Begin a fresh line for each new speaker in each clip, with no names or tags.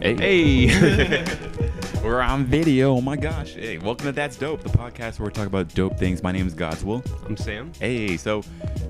Hey, we're on video. Oh my gosh. Hey, welcome to That's Dope, the podcast where we talk about dope things. My name is Godswill.
I'm Sam.
Hey, so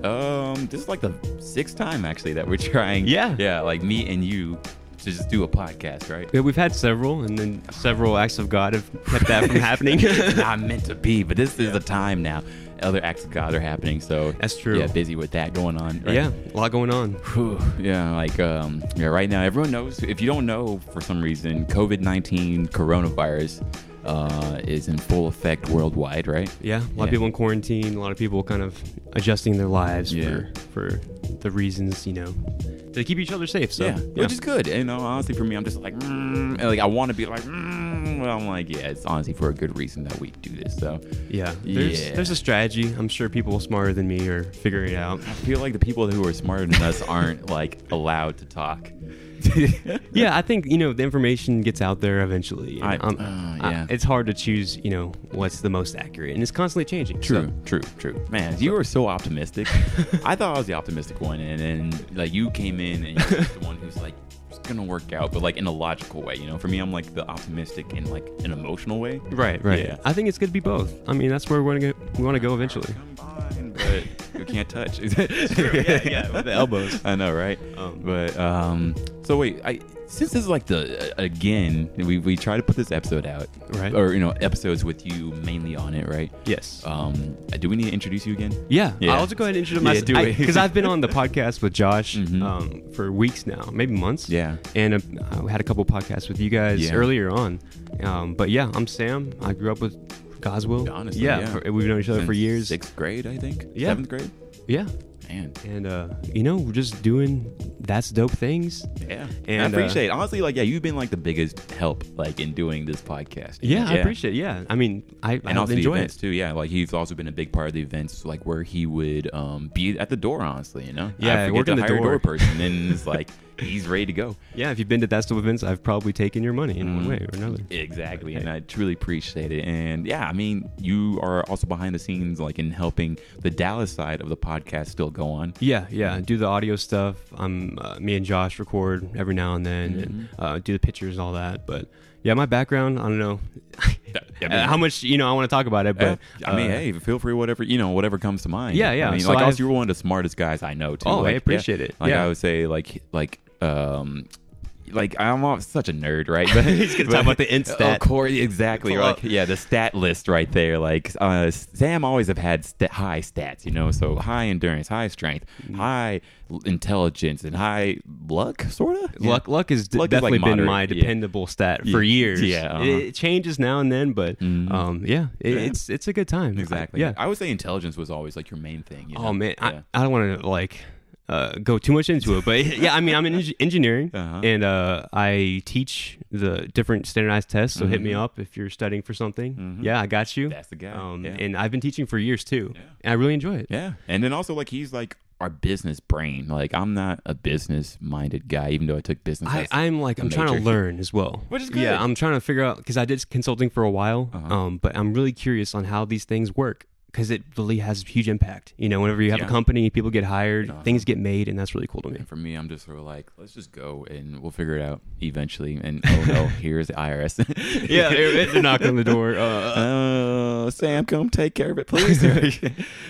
um, this is like the sixth time actually that we're trying.
Yeah.
yeah, like me and you to just do a podcast, right?
Yeah, we've had several, and then several acts of God have kept that from happening.
Not meant to be, but this is the time now. Other acts of God are happening, so
That's true.
Yeah, busy with that going on. Right?
Yeah, a lot going on.
Whew, yeah, like um, yeah, right now everyone knows. If you don't know for some reason, COVID nineteen coronavirus uh, is in full effect worldwide, right?
Yeah, a lot
Yeah.
of people in quarantine. A lot of people kind of adjusting their lives
Yeah.
for for the reasons you know to keep each other safe. So
yeah, which is good. You know, honestly, for me, I'm just like, mm, and, like I want to be like, mm, but I'm like, yeah, it's honestly for a good reason that we do this. So
yeah. There's
Yeah.
there's a strategy. I'm sure people smarter than me are figuring it out.
I feel like the people who are smarter than us aren't like allowed to talk.
yeah, I think you know the information gets out there eventually. you know.
I-
Um,
uh, yeah.
it's hard to choose you know what's the most accurate, and it's constantly changing.
True, true, true. Man, you were so optimistic. I thought I was the optimistic one, and then like you came in and you're the one who's like, it's gonna work out, but like in a logical way. You know, for me, I'm like the optimistic in like an emotional way.
Right, right.
Yeah.
I think it's going to be both. I mean, that's where we're going to we want to go eventually.
Combined, but you can't touch.
yeah, yeah, with the elbows.
I know, right?
Um,
but um, so wait, I since this is like the again, we we try to put this episode out,
Right.
Or you know, episodes with you mainly on it, right?
Yes.
Um, do we need to introduce you again?
yeah,
yeah.
I'll just go ahead and introduce
Yeah,
myself
do it.
because I've been on the podcast with Josh
Mhm.
um, for weeks now, maybe months.
Yeah.
and uh, I had a couple podcasts with you guys
Yeah.
earlier on. Um, but yeah, I'm Sam. I grew up with Goswell.
Honestly, yeah.
for- we've known each other for
Since
years.
Sixth grade, I think.
Yeah.
Seventh grade.
Yeah,
Man.
and uh, you know, we're just doing that's dope things.
Yeah.
And, uh,
I appreciate it. Honestly, like, yeah, you've been like the biggest help, like, in doing this podcast.
Yeah, I appreciate. it. Yeah, I mean, I,
And
I've
also the
enjoyed
events
it.
too, yeah. Like he's also been a big part of the events, like where he would um, be at the door. Honestly, you know,
Yeah,
I forget
working
to
the
hire a door
door.
person, and it's like he's ready to go.
Yeah, if you've been to that's dope events, I've probably taken your money in
Mm.
one way or another.
Exactly, and I truly appreciate it. And yeah, I mean, you are also behind the scenes, like in helping the Dallas side of the podcast still go on.
Yeah,
Mm-hmm.
yeah. Do the audio stuff. I'm uh, me and Josh record every now and then, and
Mm-hmm.
uh, do the pictures and all that. But yeah, my background. I don't know
I mean-
uh, how much you know. I want to talk about it, but
Yeah. Eh, I mean,
uh,
hey, feel free whatever you know, whatever comes to mind.
Yeah, yeah.
I mean,
So
like
I've-
also, you're one of the smartest guys I know too.
Oh, I
like,
appreciate
yeah.
it.
Like
Yeah.
I would say, like like um. Like I'm all, such a nerd, right? But
He's gonna talk about the instat.
Of course, exactly.
Pull
Like,
up.
yeah, the stat list right there. Like uh, Sam always have had st- high stats, you know, so high endurance, high strength,
Mm-hmm.
high l- intelligence, and high luck, sort of.
Luck, luck has d-
Luck is, like,
definitely been
moderate,
my
yeah.
dependable stat for
Yeah,
years.
yeah, uh-huh. Mm-hmm.
it, it changes now and then, but um, yeah, it,
Yeah.
it's it's a good time.
exactly.
I, yeah.
I would say intelligence was always like your main thing. You know?
oh man,
Yeah.
I, I don't want to like uh, go too much into it, but yeah, I mean, I'm in eng- engineering
Uh-huh.
and uh, I teach the different standardized tests. So hit me up if you're studying for something. Yeah, I got you.
Mm-hmm. That's the guy,
Um,
yeah.
And I've been teaching for years too, and I really enjoy it.
Yeah. And then also like he's like our business brain. Like I'm not a business minded guy, even though I took business.
I,
as-
I'm like I'm trying to
major.
learn as well,
Which is good. Uh-huh.
Yeah, I'm trying to figure out because I did consulting for a while, um, but I'm really curious on how these things work because it really has huge impact. You know, whenever you have
Yeah. Uh-huh.
a company, people get hired, things get made, and that's really cool to me.
and for me, I'm just sort of like, let's just go and we'll figure it out eventually. And oh no, here's the IRS.
yeah, they're, they're knocking on the door. Uh,
Uh, Sam, come take care of it, please.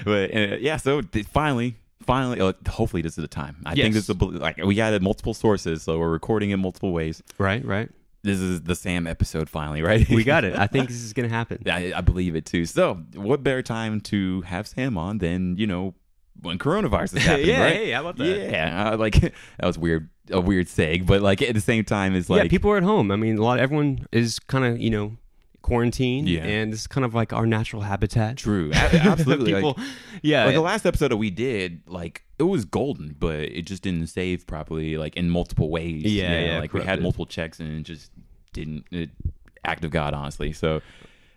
but uh, yeah, so th- finally, finally, uh, hopefully this is the time. I think
Yes.
this is the, like we got it multiple sources, so we're recording in multiple ways.
Right, right.
This is the Sam episode finally, right?
We got it. I think this is gonna happen.
I, I believe it too. So, what better time to have Sam on than you know when coronavirus is happening?
Yeah,
right?
hey, how about that?
Yeah, I- like that was weird, a weird seg, but like at the same time, it's like
yeah, people are at home. I mean, a lot. Everyone is kind of you know quarantined,
Yeah.
and this is kind of like our natural habitat.
true, A- absolutely.
people,
like,
yeah,
like the last episode that we did, like it was golden, but it just didn't save properly, like in multiple ways. you
Yeah,
know,
yeah,
like we had
corrupted.
multiple checks and it just didn't. It, act of God, honestly. So.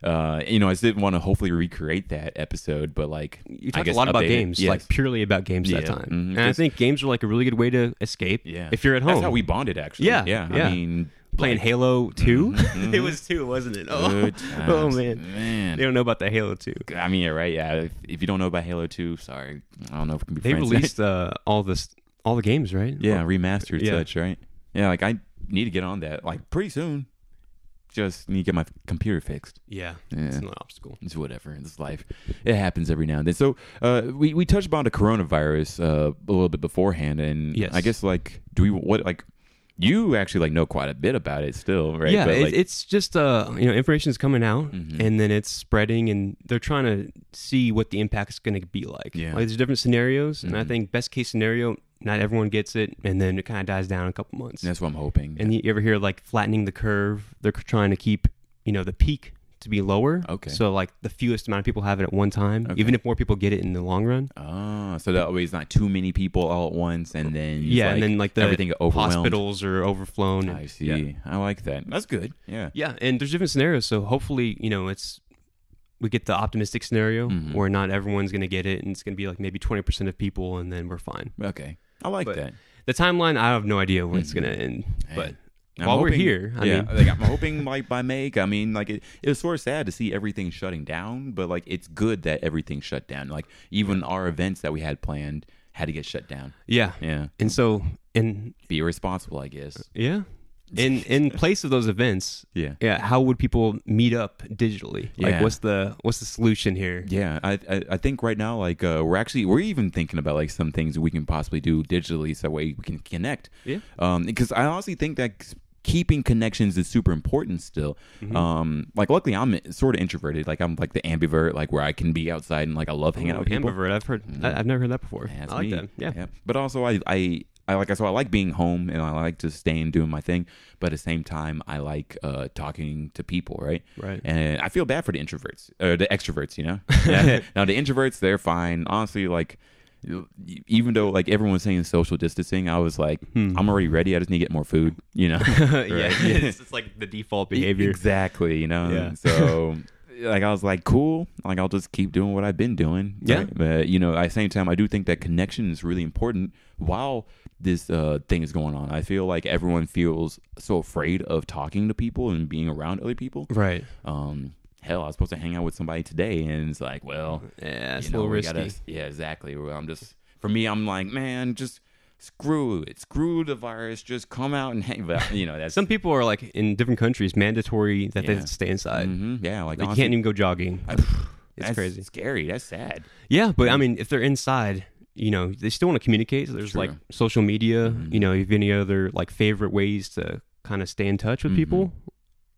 Uh, you know, I just didn't want to hopefully recreate that episode, but like I
you talked a
guess
lot about
update it.
games,
Yes.
like purely about games that
Yeah.
time.
Mhm,
And I
just-
think games are like a really good way to escape.
Yeah.
if you're at home,
That's how we bonded, actually.
Yeah,
Yeah. I
yeah.
mean,
playing
like,
Halo 2 it was two, wasn't it? Oh,
Mm-hmm. good
oh
times.
man,
Man.
they don't know about the Halo two.
I mean, yeah, right. Yeah. If, if you don't know about Halo 2, sorry. I don't know if we can be
They
friends.
released uh, all this, all the games, right?
yeah, remastered
Yeah.
such, right? Yeah. Like, I need to get on that like pretty soon. Just need to get my computer fixed.
Yeah,
Yeah.
it's an obstacle.
It's whatever. It's life. It happens every now and then. So uh, we we touched upon the coronavirus uh, a little bit beforehand, and
Yes.
I guess like do we what like you actually like know quite a bit about it still, right?
Yeah,
but,
it,
like, Mm-hmm.
it's just uh, you know, information's coming out, and then it's spreading, and they're trying to see what the impact's going to be like.
Yeah. Mm-hmm.
like there's different scenarios, and I think best case scenario, not everyone gets it, and then it kind of dies down in a couple months.
that's what I'm hoping.
And you ever hear like flattening the curve? They're trying to keep you know the peak to be lower.
Okay.
So like the fewest amount of people have it at one time, even if more people get it in the long run.
Ah, so that way it's not too many people all at once, and then it's
yeah,
like
and then like the
everything overwhelmed.
hospitals are overflown. and-
I see.
Yeah.
I like that. That's good. Yeah.
Yeah, and there's different scenarios. So hopefully, you know, it's we get the optimistic scenario
Mm-hmm.
where not everyone's going to get it, and it's going to be like maybe 20% of people, and then we're fine.
Okay. I like
But-
that.
The timeline, I have no idea when it's
Mm-hmm.
going to end, but
I'm
while we're
hoping-
here, I
yeah,
mean,
like I'm hoping like by May. I mean, like it, it was sort of sad to see everything shutting down, but like it's good that everything shut down. Like even our events that we had planned had to get shut down.
yeah.
Yeah,
And so, in
be responsible, I guess.
yeah, in in place of those events,
Yeah.
yeah, how would people meet up digitally? Like,
Yeah.
what's the what's the solution here?
Yeah, I, I I think right now like uh, we're actually we're even thinking about like some things we can possibly do digitally so that way we can connect.
Yeah.
Um, because I honestly think that c- keeping connections is super important still.
Mm-hmm.
Um, like luckily I'm sort of introverted. Like I'm like the ambivert, like where I can be outside and like I love hanging out with people.
Oh, Ambivert, I've heard, I, I've never heard that before.
That's
I like
me.
that. Yeah.
But also, I, I, I like I so I like being home and I like just staying doing my thing. But at the same time, I like uh, talking to people, right?
Right.
And I feel bad for the introverts or the extroverts, you know. Yeah. now the introverts, they're fine. Honestly, like even though like everyone's saying social distancing, I was like,
Hmm.
I'm already ready. I just need to get more food, you know.
yeah,
Right.
it's, it's like the default behavior.
Exactly, you know.
Yeah.
So like I was like, cool. Like I'll just keep doing what I've been doing.
Yeah.
Right? But you know, at the same time I do think that connection is really important while this uh thing is going on. I feel like everyone feels so afraid of talking to people and being around other people.
Right.
Um hell, I was supposed to hang out with somebody today and it's like, well,
Yeah, it's
you
a
know,
little
we
risky.
gotta- yeah, exactly. Well, I'm just for me, I'm like, man, just screw it. Screw the virus. Just come out and hang but you know, that's
Some people are like in different countries mandatory that
Yeah.
they stay inside.
Mhm. yeah, like,
Like you
honestly,
uh, can't even go jogging. it's
That's
crazy.
Scary. That's sad.
Yeah, but I mean, if they're inside, you know, they still want to communicate. So there's like
True. Mm-hmm.
social media. You know, if any other like favorite ways to kind of stay in touch with people.
Mm-hmm.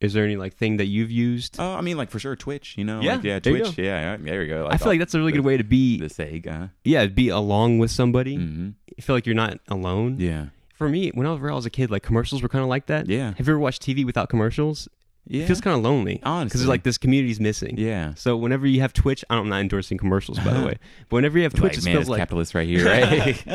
Is there any like thing that you've used?
Uh, I mean, like for sure, Twitch. You know,
Yeah,
like, yeah,
there you
Twitch. Yeah, yeah, there you go.
I feel like that's a really good way to be.
the Sega. Huh?
Yeah, be along with somebody.
Mhm.
You feel like you're not alone.
Yeah,
For me, whenever I was a kid, like commercials were kind of like that.
Yeah.
Have you ever watched TV without commercials?
yeah,
It feels kind of lonely.
Honestly.
because like this community's missing.
yeah.
So whenever you have Twitch, I'm not endorsing commercials by the way, but whenever you have Twitch,
Uh-huh. like,
it
man,
feels
it's
like
capitalist right here,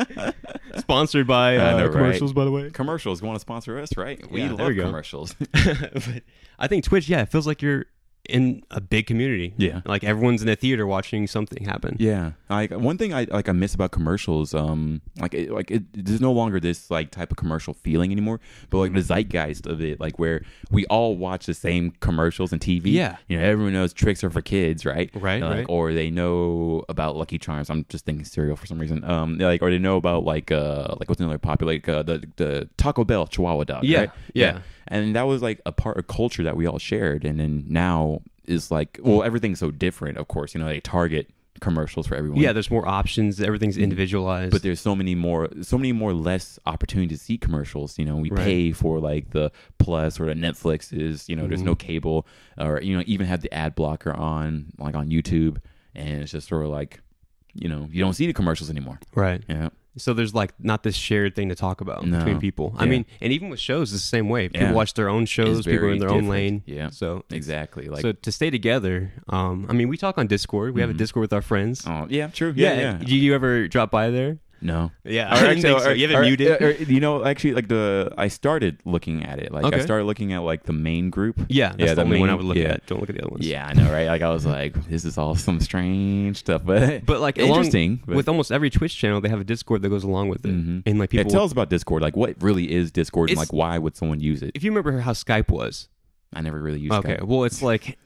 right?
sponsored by
I
uh,
know, right?
commercials by the way.
commercials want to sponsor us, right? We
Yeah, there
love
we go.
commercials.
but I think Twitch, yeah, it feels like you're in a big community.
Yeah.
like everyone's in a theater watching something happen.
Yeah, like one thing I like I miss about commercials, um, like it, like it, there's no longer this like type of commercial feeling anymore, but like the
Mm-hmm.
zeitgeist of it, like where we all watch the same commercials and TV.
Yeah.
you know everyone knows tricks are for kids, right?
Right,
Like,
right.
Or they know about Lucky Charms. I'm just thinking cereal for some reason. Um, like or they know about like uh like what's another popular like uh, the the Taco Bell Chihuahua dog.
Yeah,
right?
yeah.
and that was like a part of culture that we all shared and then now is like well everything's so different of course you know they target commercials for everyone
Yeah, there's more options. Everything's individualized.
Mm-hmm. but there's so many more so many more less opportunities to see commercials you know we
Right.
pay for like the plus or the netflix is you know there's no
Mm-hmm.
cable or you know even have the ad blocker on like on youtube and it's just sort of like you know you don't see the commercials anymore
right.
yeah
So there's like not this shared thing to talk about
No.
between people. I
Yeah.
mean, and even with shows, it's the same way. People
Yeah.
watch their own shows.
It's
People are
very
in their
different.
own lane.
Yeah.
So
exactly like Mm-hmm.
so to stay together, um, I mean, we talk on Discord. We have a Discord with our friends.
oh yeah true yeah yeah,
Do you ever drop by there?
no Or
Yeah. I didn't
actually,
think so.
or-
You have
or-
it muted.
or- uh, you know, actually, like the I started looking at it. Like I
Okay.
started looking at like the main group.
yeah. That's the
that
only one I
main-
would look
yeah.
at. Don't look at the other ones.
Yeah, I know, right? Like I was like, this is all some strange stuff, but
But like along-
interesting. but- Mm-hmm.
with almost every Twitch channel, they have a Discord that goes along with it, and like
yeah,
people.
tell us about Discord. Like, what really is Discord, and
It's-
like, why would someone use it?
if you remember how Skype was,
I never really used.
okay,
Skype.
well, it's like,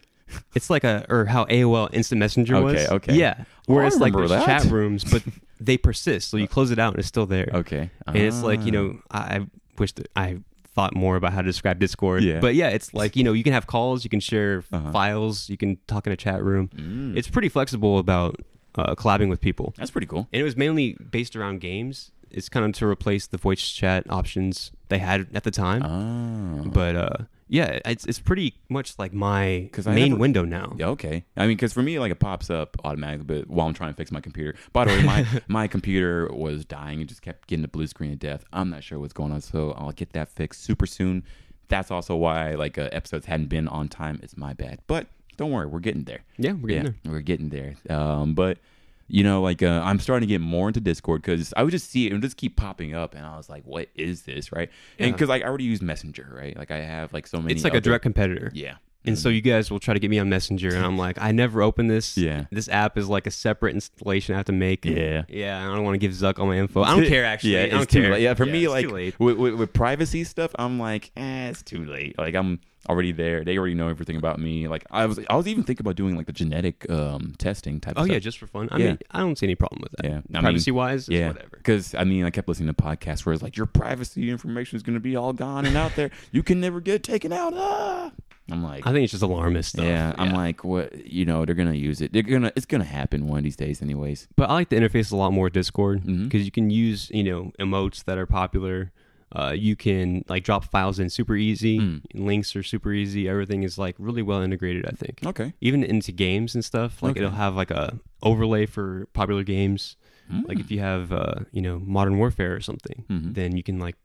it's like a or how AOL Instant Messenger was,
Okay, okay.
yeah, where
I
it's like
remember
there's
that.
chat rooms, but they persist, so you close it out and it's still there,
okay,
and it's like you
Ah.
know I I wish that I thought more about how to describe Discord.
Yeah.
But yeah, it's like, you know, you can have calls, you can share
Uh-huh.
files, you can talk in a chat room.
Mm.
It's pretty flexible about uh, collabing with people.
That's pretty cool.
And it was mainly based around games. It's kind of to replace the voice chat options they had at the time.
Oh.
But uh, yeah, it's, it's pretty much like my
'Cause I
main
never-
window now.
Yeah, okay. I mean, because for me, like it pops up automatically, but while I'm trying to fix my computer. By the way, my my computer was dying; it just kept getting a blue screen of death. I'm not sure what's going on, so I'll get that fixed super soon. That's also why like uh, episodes hadn't been on time. It's my bad, but don't worry, we're getting there.
Yeah, we're getting
yeah, we're getting there. Um, but you know, like uh, I'm starting to get more into Discord because I would just see it and just keep popping up, and I was like, "What is this?" Right? And
Yeah.
because like I already use Messenger, right? Like I have like so many.
there. It's like
other-
a direct competitor.
Yeah.
And
Mm.
so you guys will try to get me on Messenger, and I'm like, I never open this.
Yeah.
This app is like a separate installation I have to make.
Yeah.
Yeah, I don't want to give Zuck all my info. I don't care, actually.
Yeah,
I don't
it's too
care.
late. Yeah, for me,
it's
like
too late.
With, with, with privacy stuff, I'm like, eh, it's too late. Like I'm already there. They already know everything about me. Like I was, I was even thinking about doing like the genetic um, testing type.
Oh,
of
yeah,
stuff.
just for fun. I
Yeah.
mean, I don't see any problem with that.
Yeah. I mean,
Privacy wise,
yeah.
whatever.
Because I mean, I kept listening to podcasts where it's like your privacy information is going to be all gone and out there. You can never get taken out. Ah! I'm like,
I think it's just alarmist stuff.
yeah. I'm like, what? You know, they're gonna use it. They're gonna. It's gonna happen one of these days, anyways.
But I like the interface a lot more with Discord because
Mhm.
you can use you know emotes that are popular. Uh, you can like drop files in super easy.
Mm.
Links are super easy. Everything is like really well integrated. I think
Okay.
even into games and stuff. Like
Okay.
it'll have like a overlay for popular games. Like
Hmm.
if you have uh, you know Modern Warfare or something,
Mhm.
then you can like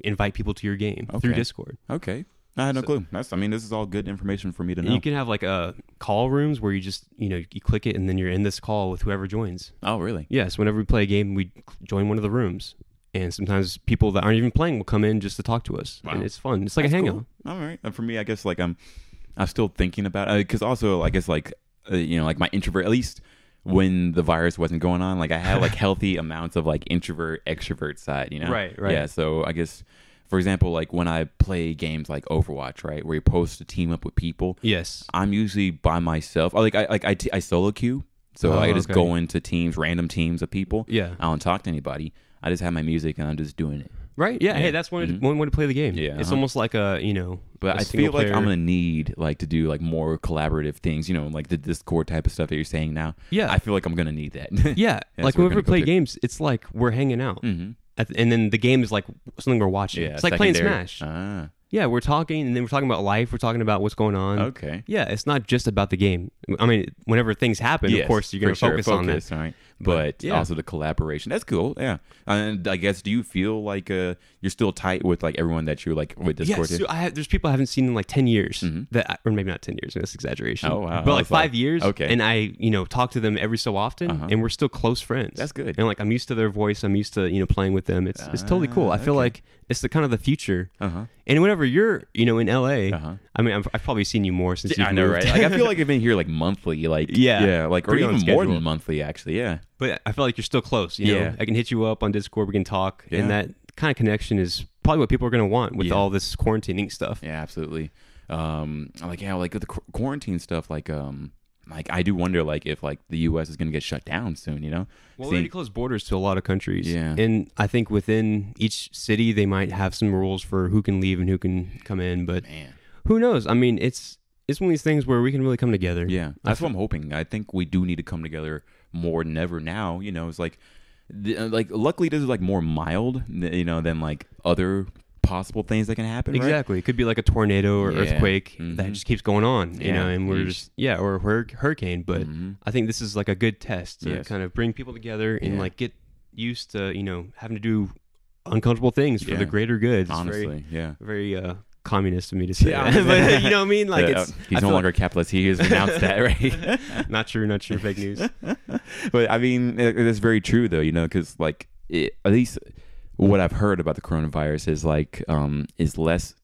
invite people to your game through
Okay.
Discord.
Okay. I had no
So-
clue. That's. I mean, this is all good information for me to
And
know.
you can have like uh, call rooms where you just you know you click it and then you're in this call with whoever joins.
oh, really?
Yes, whenever we play a game, we join one of the rooms. And sometimes people that aren't even playing will come in just to talk to us.
Wow.
And it's fun. It's like a
That's
hangout.
cool. All right. And for me, I guess like I'm, I'm still thinking about because also I guess like uh, you know like my introvert at least when the virus wasn't going on like I had like healthy amounts of like introvert extrovert side you know
Right, right.
yeah so I guess for example like when I play games like Overwatch right where you're supposed to team up with people
Yes.
I'm usually by myself Or, like I like I, t- I solo queue so
Oh,
I just
okay.
go into teams random teams of people
Yeah.
I don't talk to anybody I just have my music and I'm just doing it
Right? Yeah.
Yeah.
Hey, that's one,
Mhm.
one way to play the game.
Yeah,
It's
uh-huh.
almost like a, you know,
But
I
I feel like I'm gonna need like to do like more collaborative things, you know, like the Discord type of stuff that you're saying now.
Yeah.
I feel like I'm gonna need that.
yeah.
Yeah,
like
so we're
whenever we
gonna go
play
to-
games, it's like we're hanging out.
hmm
At the- and then the game is like something we're watching.
Yeah,
it's like playing
secondary.
Smash.
Ah,
yeah. We're talking and then we're talking about life. We're talking about what's going on.
okay.
Yeah. It's not just about the game. I mean, whenever things happen,
Yes,
of course, you're
for
going to
sure,
focus, on this.
all right.
But,
But,
yeah.
also the collaboration. That's cool. Yeah. And I guess do you feel like uh you're still tight with like everyone that you're like with Discord?
Yeah,
to?
so I have, there's people I haven't seen in like ten years
Mhm.
that, I- or maybe not ten years. That's exaggeration.
Oh, wow.
But
I
like
was like,
five years.
okay.
And I, you know, talk to them every so often,
Uh-huh.
and we're still close friends.
That's good.
And like I'm used to their voice. I'm used to you know playing with them. It's it's totally cool. I
Ah,
feel
okay.
like it's the kind of the future.
Uh-huh.
And whenever you're you know in LA,
Uh-huh.
I mean I've, I've probably seen you more since
Yeah,
you've
I know,
moved.
right? Like I feel like I've been here like monthly, like
Yeah.
yeah, like or
Pretty on
even more
schedule.
than monthly, actually. Yeah,
but I feel like you're still close. You know?
Yeah.
I can hit you up on Discord. We can talk,
Yeah.
and that kind of connection is probably what people are going to want with
Yeah.
all this quarantining stuff.
Yeah, absolutely. Um, like yeah, like the qu- quarantine stuff. Like um, like I do wonder like if like the U.S. is gonna get shut down soon. You know?
Well,
See-
they already closed borders to a lot of countries.
Yeah.
And I think within each city, they might have some rules for who can leave and who can come in. But
man,
who knows? I mean, it's it's one of these things where we can really come together.
yeah, that's what I'm hoping. I think we do need to come together more than ever now. You know, it's like the, uh, like luckily this is like more mild. You know, than like other possible things that can happen. Right?
Exactly. It could be like a tornado or
Yeah.
earthquake that
Mhm.
just keeps going on, you
Yeah.
know, and we're
Yeesh.
just, yeah, or a hur- hurricane. But
Mhm.
I think this is like a good test to
Yes.
kind of bring people together and
Yeah.
like get used to, you know, having to do uncomfortable things for the
Yeah.
greater good. It's
Honestly, yeah.
Very, very uh, communist of me to say
Yeah,
that.
honestly.
but uh, you know what I mean? Like,
Yeah,
it's, I
Uh, he's no
feel
longer capitalist. He has renounced that, right?
not true, not true, fake news.
but I mean, it- it's very true though, you know, because like it, at least what I've heard about the coronavirus is like um is less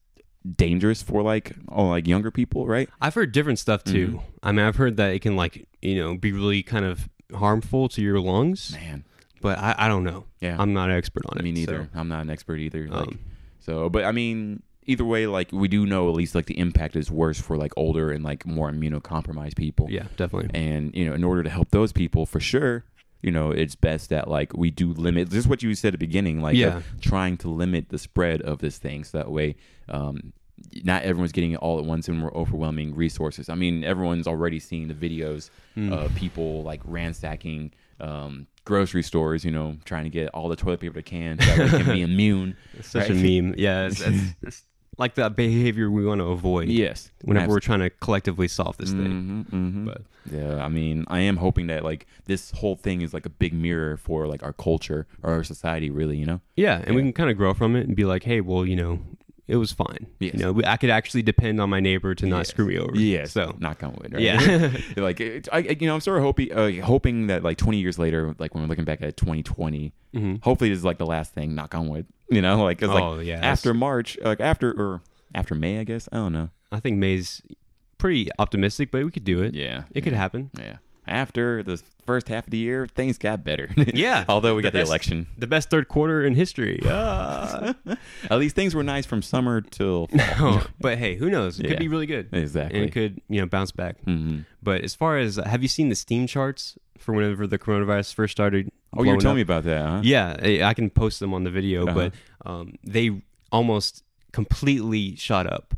dangerous for like oh like younger people, right?
I've heard different stuff too.
Mm-hmm.
I mean, I've heard that it can like you know be really kind of harmful to your lungs,
Man,
but I, I don't know.
yeah,
I'm not an expert on it.
me
so,
neither. I'm not an expert either. Like,
um,
so, but I mean, either way, like we do know at least like the impact is worse for like older and like more immunocompromised people.
yeah, definitely.
and you know in order to help those people for sure you know, it's best that like we do limit. This is what you said at the beginning, like
Yeah.
of trying to limit the spread of this thing, so that way, um, not everyone's getting it all at once, and we're overwhelming resources. I mean, everyone's already seeing the videos
Hmm.
of people like ransacking. Um, grocery stores, you know, trying to get all the toilet paper they can so that way they can be immune.
Such
right?
a meme. Yeah, it's, it's, it's like the behavior we want to avoid.
Yes.
Whenever we're trying to collectively solve this thing.
Mhm, mhm.
But
Yeah, I mean, I am hoping that like this whole thing is like a big mirror for like our culture or our society, really. You know?
yeah, and we
Yeah.
can kind of grow from it and be like, hey, well, you know, it was fine.
Yes.
You know, we- I could actually depend on my neighbor to not
Yes.
screw me over. So
knock on wood. Right?
yeah,
like it, I, I- you know, I'm sort of hoping, uh, hoping that like 20 years later, like when we're looking back at 2020,
Mhm.
hopefully this is like the last thing. Knock on wood. You know, like 'cause,
Oh,
like
yeah, that's-
after March, like after or after May, I guess. I don't know.
I think May's pretty optimistic, but we could do it.
Yeah,
It could happen.
Yeah. After the first half of the year, things got better.
Yeah.
Although we got the
best-
election.
The best third quarter in history. Ah.
At least things were nice from summer till fall.
Oh, but hey, who knows? It
Yeah.
could be really good.
Exactly.
And it could, you know, bounce back.
Mhm.
But as far as have you seen the Steam charts for whenever the coronavirus first started?
Oh, you were
blowing
telling me
up?
about that, huh?
Yeah, I I can post them on the video,
Uh-huh.
but um, they almost completely shot up.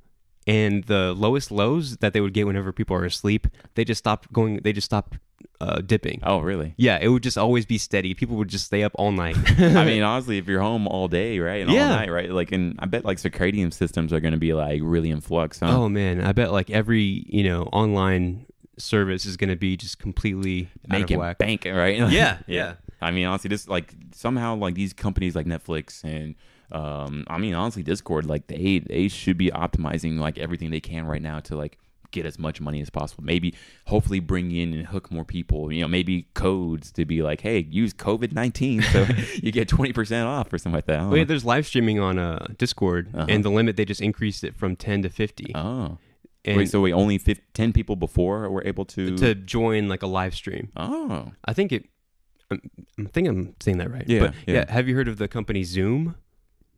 And the lowest lows that they would get whenever people are asleep, they just stopped going. They just stopped uh, dipping.
Oh, really?
Yeah, it would just always be steady. People would just stay up all night.
I mean, honestly, if you're home all day, right, and all
Yeah.
night, right, like, and I bet like circadian systems are going to be like really in flux. Huh?
oh man, I bet like every you know online service is going to be just completely out of
making
whack.
bank, right?
Yeah, yeah.
I mean, honestly, this like somehow like these companies like Netflix and um, I mean, honestly, Discord like they they should be optimizing like everything they can right now to like get as much money as possible. Maybe hopefully bring in and hook more people. You know, maybe codes to be like, hey, use COVID nineteen so you get twenty percent off or something like that. I don't
Well, Oh, yeah,
know.
there's live streaming on uh, Discord,
Uh-huh.
and the limit they just increased it from 10 to 50.
Oh.
and
wait, so wait, only fif- 10 people before were able to.
to join like a live stream,
oh.
I think it. I'm- I think I'm saying that right.
Yeah,
but,
yeah.
yeah. Have you heard of the company Zoom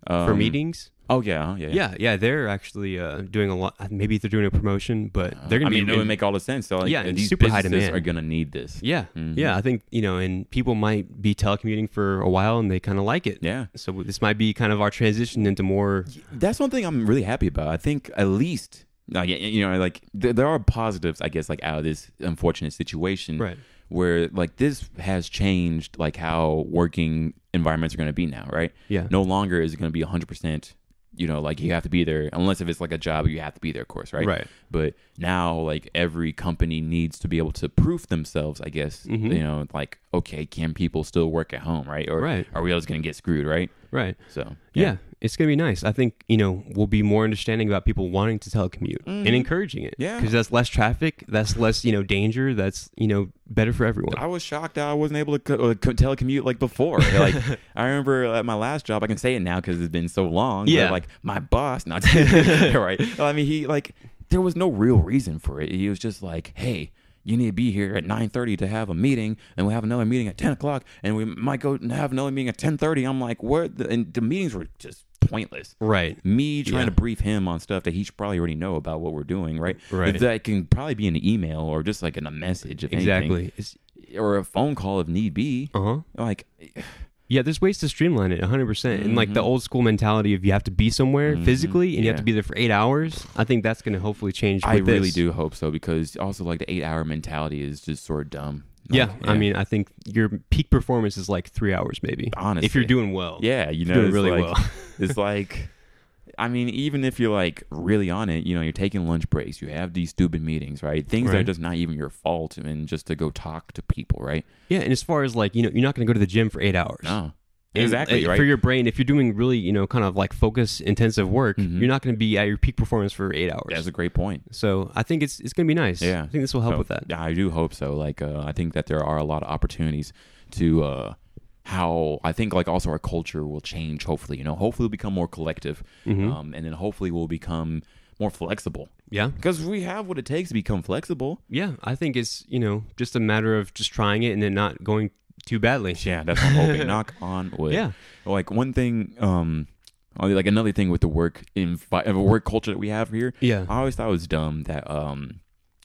Um,
for meetings?
Oh, yeah. Yeah.
Yeah, yeah. They're actually uh, doing a lot. Maybe they're doing a promotion, but they're
Uh, I
going to be.
mean, it would make all the sense. So, like, uh,
Yeah, and
these
super high
businesses
demand.
are going to need this.
yeah,
Mhm.
yeah. I think you know, and people might be telecommuting for a while, and they kind of like it.
Yeah.
So this might be kind of our transition into more.
That's one thing I'm really happy about. I think at least, like, you know, like th- there are positives, I guess, like out of this unfortunate situation.
Right.
Where like this has changed like how working environments are going to be now, right?
Yeah.
No longer is it going to be 100%, you know, like you have to be there unless if it's like a job you have to be there, of course, right?
Right.
but now like every company needs to be able to proof themselves i guess you know like okay can people still work at home right or
Right.
are we always going to get screwed right
Right.
so
Yeah. it's gonna be nice. I think you know we'll be more understanding about people wanting to telecommute and encouraging it.
Mm-hmm. Yeah.
because that's less traffic, that's less you know danger, that's you know better for everyone.
I was shocked that I wasn't able to co- uh, co- telecommute like before. Like I remember at my last job, I can say it now because it's been so long. but,
Yeah.
like my boss, not right. I mean, he like there was no real reason for it. He was just like, hey. You need to be here at nine thirty to have a meeting, and we'll have another meeting at ten o'clock, and we might go and have another meeting at ten thirty. I'm like, what? The, and the meetings were just pointless
Right.
me trying
Yeah.
to brief him on stuff that he should probably already know about what we're doing, right?
Right.
That can probably be an email or just like in a message, if
Exactly. It's-
anything, or a phone call if need be.
Uh-huh.
Like,
Yeah, there's ways to streamline it 100%. percent And like the old school mentality of you have to be somewhere physically and you
Mm-hmm. Yeah.
have to be there for 8 hours, I think that's going to hopefully change
I
with
really
this.
do hope so because also like the eight-hour mentality is just sort of dumb. Like,
Yeah, I mean, I think your peak performance is like 3 hours maybe.
Honestly.
If you're doing well.
yeah, you know,
doing
it's
really
like,
well.
it's like. I mean, even if you're like really on it, you know, you're taking lunch breaks, you have these stupid meetings, right? Things that are
Right.
just not even your fault, and just to go talk to people, right?
Yeah, and as far as like, you know, you're not going to go to the gym for 8 hours.
No,
And,
exactly,
uh,
right?
For your brain, if you're doing really, you know, kind of like focus intensive work, you're not going to be at your peak performance for 8 hours.
Mm-hmm. That's a great point.
so, I think it's it's going to be nice.
Yeah.
I think this will help
So,
with that.
yeah, I do hope so. Like, uh, I think that there are a lot of opportunities to uh, how I think, like, also our culture will change. Hopefully, you know, hopefully we'll become more collective,
Mm-hmm.
um, and then hopefully we'll become more flexible
Yeah.
because we have what it takes to become flexible.
Yeah, I think it's you know just a matter of just trying it and then not going too badly.
Yeah, that's what I'm hoping. Knock on wood.
Yeah.
Like one thing, um, like another thing with the work in work culture that we have here.
Yeah.
I always thought it was dumb that um,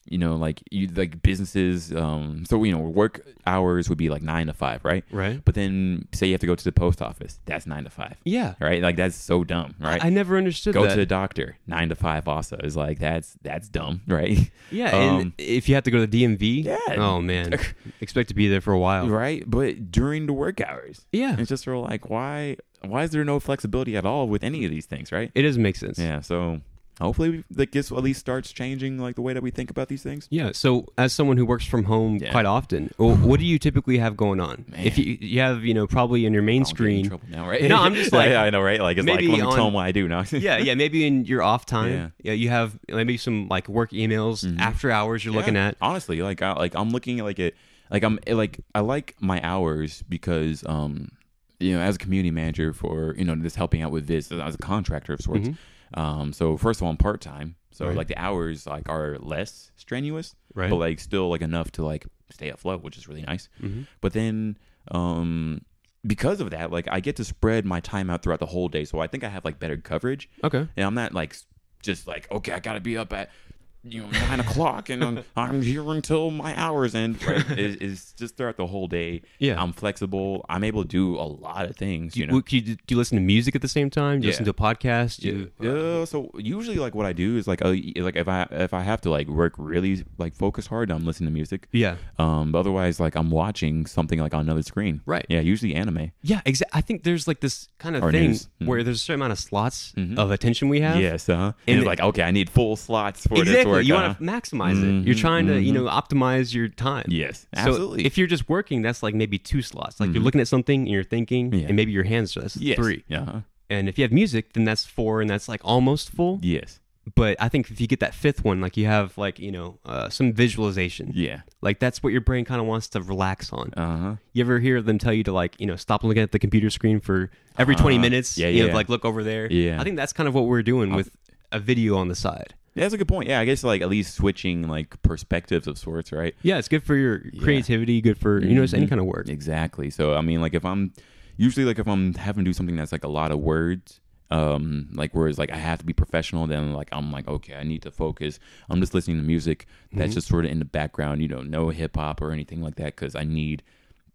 you know, like you like businesses. Um, so you know, work hours would be like nine to five, right?
Right.
But then say you have to go to the post office. That's nine to five.
Yeah.
Right. Like that's so dumb. Right.
I never understood
go
that.
to the doctor nine to five. Also, is like that's that's dumb. Right.
yeah, and
Um,
if you have to go to the DMV,
Yeah.
oh man, expect to be there for a while.
right. But during the work hours,
Yeah,
it's just sort of like why why is there no flexibility at all with any of these things? Right.
it doesn't make sense.
Yeah. So hopefully we- like this at least starts changing like the way that we think about these things.
Yeah, So, as someone who works from home
Yeah.
quite often, wh- what do you typically have going on?
Man.
If you, you have, you know, probably in your main
I'll get in
screen.
trouble now, right?
No, I'm just like-
yeah, I know, right? Like, it's like,
Maybe
let me
on-
tell them what I do now.
Yeah, yeah. Maybe in your off time.
Yeah. Mm-hmm.
Yeah. you have maybe some like work emails after hours you're looking
Yeah,
at.
honestly like I, like i'm looking at like it like i'm like i like my hours because um you know as a community manager for you know just helping out with this as a contractor of sorts um so first of all i'm part-time so
Mm-hmm. Right.
like the hours like are less strenuous
Right.
but like still like enough to like stay afloat which is really nice
Mm-hmm.
but then um because of that like i get to spread my time out throughout the whole day so i think i have like better coverage
Okay.
and I'm not like s- just like okay, I gotta be up at you know nine o'clock and I'm, I'm here until my hours end. Right? It, it's just throughout the whole day.
Yeah.
I'm flexible. I'm able to do a lot of things. You know.
Well, do you, do you listen to music at the same time? Do you
Yeah.
listen to a podcast? Do you,
Yeah, so usually like what I do is like I, like if I if I have to like work really like focus hard, I'm listening to music.
yeah.
Um, but otherwise like I'm watching something like on another screen.
Right.
Yeah, usually anime.
Yeah, exactly. I think there's like this kind of
Or
thing
news. Mm-hmm. Mhm.
where there's a certain amount of slots of attention we have.
Yes, uh huh.
And
And, it's
it-
like okay, I need full slots for this
Exactly.
work.
You
uh-huh.
want to maximize it.
Mm-hmm.
You're trying to, you know, optimize your time.
Yes,
So
absolutely. Mm-hmm.
if you're just working, that's like maybe two slots. Like you're looking at something and you're thinking,
Yeah.
and maybe your hands, so that's
yes.
three.
Yeah. uh-huh.
And if you have music, then that's four, and that's like almost full.
Yes.
But I think if you get that fifth one, like you have like, you know, uh, some visualization.
Yeah.
Like that's what your brain kind of wants to relax on.
Uh huh.
You ever hear them tell you to like, you know, stop looking at the computer screen for every 20
Uh,
minutes?
yeah,
You know,
yeah.
like look over there.
Yeah.
I think that's kind of what we're doing with a video on the side.
Yeah, that's a good point. Yeah, I guess like at least switching like perspectives of sorts, right?
Yeah, it's good for your creativity, good for, you know, it's
Mm-hmm.
any kind of work.
Exactly. So I mean, like if I'm usually like if I'm having to do something that's like a lot of words, um, like whereas like I have to be professional, then like I'm like okay, I need to focus. I'm just listening to music that's just sort of in the background. You know, no hip hop or anything like that because I need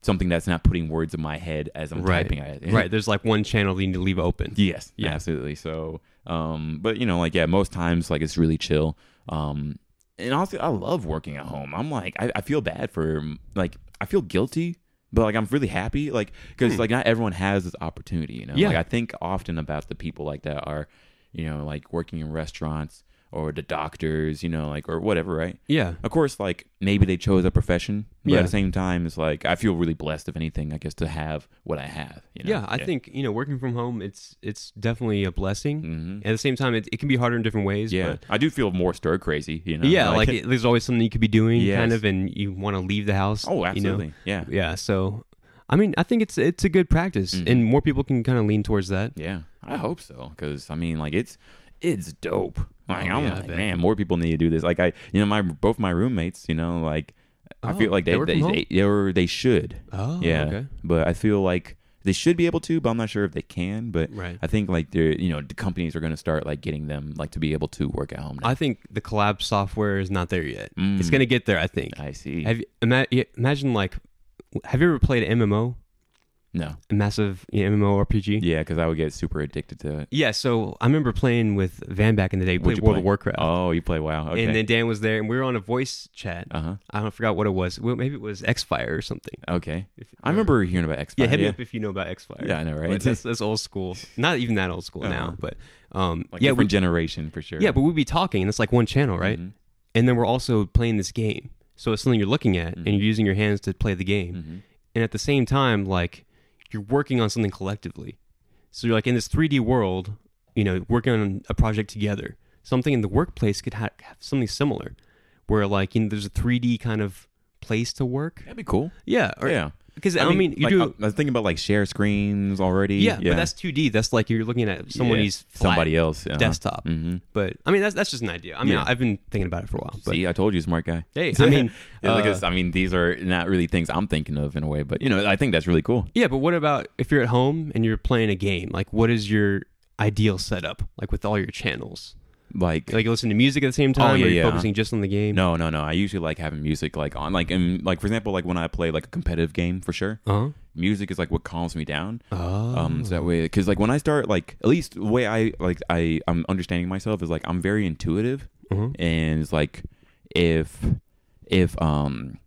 something that's not putting words in my head as I'm
Right.
typing. I,
Right. There's like one channel you need to leave open.
Yes,
Yeah.
absolutely. So, um, but you know, like yeah, most times like it's really chill. Um, and honestly, I love working at home. I'm like, I, I feel bad for like I feel guilty, but like I'm really happy, like because like not everyone has this opportunity, you know.
Hmm. Yeah.
Like I think often about the people like that are, you know, like working in restaurants or the doctors, you know, like or whatever, right?
Yeah.
Of course, like maybe they chose a profession, but
Yeah.
at the same time, it's like I feel really blessed, if anything, I guess, to have what I have. You know?
Yeah, I think you know working from home it's it's definitely a blessing.
Mm-hmm.
At the same time, it, it can be harder in different ways.
Yeah,
but
I do feel more stir crazy. You know,
yeah, like, it, there's always something you could be doing,
Yes.
kind of, and you want to leave the house.
oh, absolutely,
You
yeah,
know? Yeah, so I mean, I think it's it's a good practice,
Mm-hmm.
and more people can kind of lean towards that.
yeah. I hope so because I mean, like it's it's dope. Like
Oh,
I'm
yeah, I
like,
bet.
man, more people need to do this. Like I, you know, my both my roommates, you know, like I
Oh,
feel like
they
they
work
they
from
they, they, or they should.
Oh,
yeah,
okay.
but I feel like they should be able to, but I'm not sure if they can. But
Right.
I think like they're you know the companies are going to start like getting them like to be able to work at home. Now.
I think the collab software is not there yet.
Mm.
It's gonna get there, I think.
I, see.
Have you, ima- yeah, imagine like, have you ever played an MMO,
no,
a massive you know, MMORPG?
yeah, because I would get super addicted to it.
Yeah, so I remember playing with Van back in the day.
What'd
Played
you
World
play?
of Warcraft,
Oh, you play WoW? Okay.
and then Dan was there, and we were on a voice chat.
uh huh.
I don't forgot what it was. Well, maybe it was Xfire or something.
Okay.
If-
I remember hearing about X.
Yeah, hit me up if you know about Xfire.
Yeah, I know, right? Oh.
But That's, that's old school. Not even that old school now, but um,
Like
yeah,
different
we,
generation for sure. Mm-hmm,
yeah, but we'd be talking, and it's like one channel, right? And then we're also playing this game, so it's something you're looking at,
Mm-hmm.
and you're using your hands to play the game, and at the same time, like you're working on something collectively. So you're like in this 3D world, you know, working on a project together. Something in the workplace could ha- have something similar, where like you know, there's a 3D kind of place to work.
that'd be cool.
Yeah, or,
yeah,
Because I, mean, you
like,
do.
I was thinking about like share screens already.
yeah, but that's 2D. That's like you're looking at somebody's flat
somebody else. uh-huh.
desktop.
Mhm.
But I mean, that's that's just an idea. I mean,
Yeah.
I've been thinking about it for a while. But
See, I told you, smart guy.
hey, I mean,
Yeah,
uh,
because, I mean, these are not really things I'm thinking of in a way, but you know, I think that's really cool.
yeah. But what about if you're at home and you're playing a game? Like, what is your ideal setup? Like with all your channels.
Like,
Like you listen to music at the same time,
Oh, yeah,
or you're
yeah. uh-huh.
focusing just on the game.
no, no, no. I usually like having music like on, like, and like for example, like when I play like a competitive game for sure,
Uh-huh.
music is like what calms me down.
Oh.
um so that way because like when i start like at least the way i like i i'm understanding myself is like i'm very intuitive
uh-huh.
and it's like if if um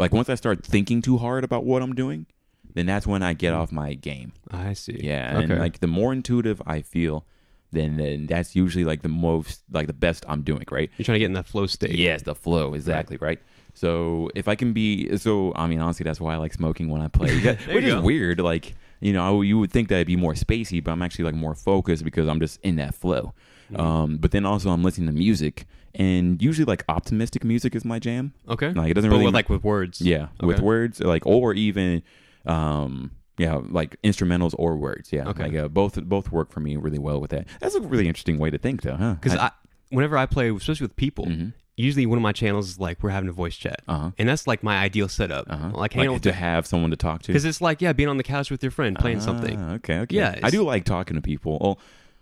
like once i start thinking too hard about what i'm doing then that's when i get off my game
I see.
yeah
Okay.
and like the more intuitive i feel then then that's usually like the most like the best i'm doing right
you're trying to get in that flow state.
Yes, the flow exactly right. So if I can be so, I mean, honestly, that's why I like smoking when I play, which is
go.
weird. Like you know, I- you would think that it'd be more spacey, but I'm actually like more focused because I'm just in that flow.
Mm-hmm.
Um, but then also I'm listening to music, and usually like optimistic music is my jam.
Okay.
Like it doesn't
Mm-hmm. but
really
with, like with words.
yeah with
Okay.
words like or even um yeah like instrumentals or words yeah
Okay.
like uh, both both work for me really well with that. That's a really interesting way to think though, huh?
Because
I- Mm-hmm.
I, whenever I play, especially with people, usually one of my channels is like we're having a voice chat,
Uh-huh.
and that's like my ideal setup.
huh?
Like hanging out
to
with
have someone to talk to
because it's like yeah, being on the couch with your friend playing something.
Ah, okay, okay.
Yeah,
I
it's-
do like talking to people. Al-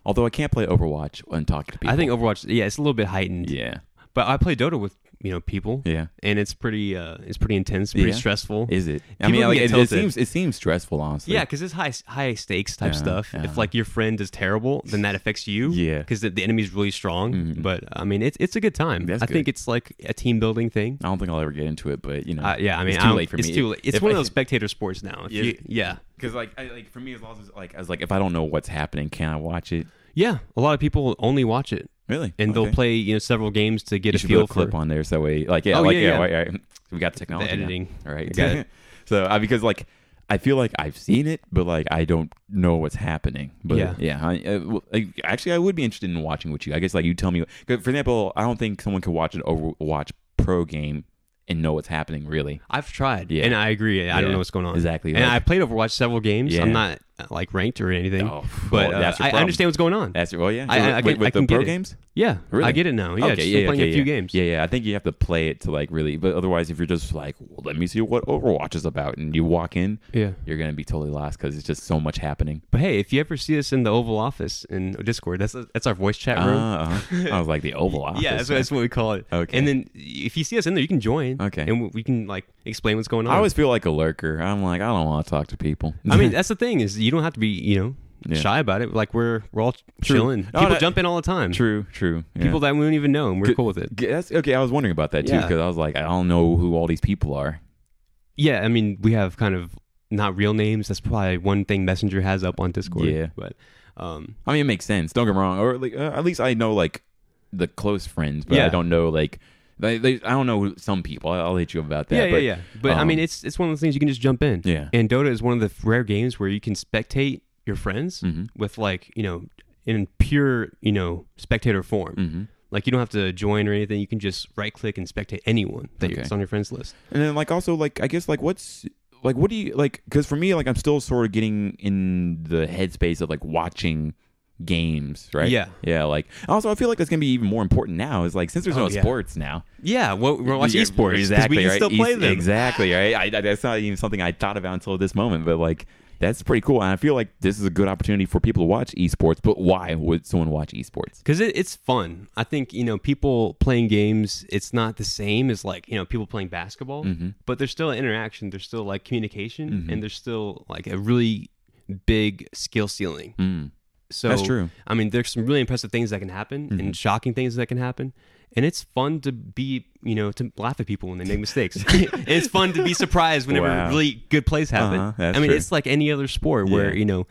Although I can't play Overwatch and talking to people.
I think Overwatch, yeah, it's a little bit heightened.
Yeah,
But I play Dota with you know people.
yeah.
And it's pretty, uh, it's pretty intense, pretty
Yeah.
stressful.
Is it? I
People
mean,
can
like,
get
it, it
tilted.
seems it seems stressful, honestly.
Yeah, because it's high high stakes type
Yeah,
stuff.
yeah.
If like your friend is terrible, then that affects you.
Yeah. Mm-hmm.
because the, the enemy's really strong. But I mean, it's it's a good time.
That's
I think
good.
it's like a team building thing.
I don't think I'll ever get into it, but you know,
Uh, yeah, I mean,
it's
I
too
don't-
late for
it's
me.
Too late. It's
If
one of
I-
those spectator sports now. If
Yeah.
you- yeah,
Cause like, I, like for me, as long as like, I was like, if I don't know what's happening, can I watch it?
yeah. A lot of people only watch it,
Really?
and they'll
Okay.
play you know several games to get
You
a
should put
feel
a clip
for.
on there, so we like, yeah,
Oh,
like,
yeah,
yeah,
yeah.
Right, right. we got the technology, now.
editing.
All right,
Got it.
so uh, because like, I feel like I've seen it, but like I don't know what's happening. But
Yeah.
yeah, I, uh, well, I- actually, I would be interested in watching with you. I guess like you tell me. 'cause, For example, I don't think someone could watch an Overwatch pro game and know what's happening. Really,
I've tried,
Yeah.
and I agree. I don't
Yeah.
know what's going on
Exactly,
And
like-
I played Overwatch several games. I'm
Yeah.
not uh, like ranked or anything,
Oh,
but
well,
uh,
that's your
I- I
problem.
understand what's going on.
that's well, yeah.
I- I- I
with,
can-
with
I
the
can get
pro
it.
games.
yeah,
Really?
I get it now. Yeah,
okay,
just
yeah,
playing
okay,
a few
yeah.
games.
Yeah, yeah. I think you have to play it to like really, but otherwise, if you're just like, well, let me see what Overwatch is about, and you walk in,
yeah.
you're gonna be totally lost because it's just so much happening.
But hey, if you ever see us in the Oval Office in Discord, that's that's our voice chat room.
Ah, uh-huh. I was like the Oval Office.
yeah, that's what, that's what we call it.
Okay.
And then if you see us in there, you can join.
Okay.
And we- we can like explain what's going on.
I always feel like uh, a lurker. I'm like, I don't want to talk to people.
I mean, that's the thing is you don't have to be you know
Yeah.
shy about it. Like we're we're all chilling.
Oh,
People
that-
jump in all the time.
true, true. yeah.
People that we don't even know, and we're
Good-
cool with it.
G- That's okay. I was wondering about that too
Yeah.
because I was like, I don't know who all these people are.
Yeah, I mean, we have kind of not real names. That's probably one thing Messenger has up on Discord.
Yeah.
But um,
I mean, it makes sense. Don't get me wrong, or like, uh, at least I know like the close friends, but I
Yeah.
don't know like. They, they, I don't know who- some people. I'll, I'll hit you about that.
yeah,
but,
yeah, yeah. But I
um,
mean, it's it's one of those things you can just jump in.
Yeah.
And Dota is one of the rare games where you can spectate your friends
Mm-hmm.
with like you know in pure you know spectator form.
Mm-hmm.
Like you don't have to join or anything. You can just right click and spectate anyone that's
Okay.
on your friends list.
And then like also like I guess like what's like what do you like cuz for me like I'm still sort of getting in the headspace of like watching games, right?
Yeah.
Yeah, like also I feel like that's going to be even more important now is like since there's
Oh,
no
yeah.
sports now.
Yeah. Well, we're watching
Yeah,
esports. 'cause
Exactly,
We can
right?
still
E-
play them.
Exactly, right? I, I- that's not even something I thought about until this moment, but like that's pretty cool and I feel like this is a good opportunity for people to watch esports, but why would someone watch esports?
because it, it's fun. I think you know people playing games. It's not the same as like you know people playing basketball,
Mm-hmm.
but there's still interaction. There's still like communication, and there's still like a really big skill ceiling.
Mm.
So
That's true. Mm-hmm.
I mean, there's some really impressive things that can happen and shocking things that can happen. And it's fun to be, you know, to laugh at people when they make mistakes. and it's fun to be surprised whenever
Wow.
really good plays happen.
Uh-huh, that's
I mean,
true.
it's like any other sport where,
Yeah.
you know,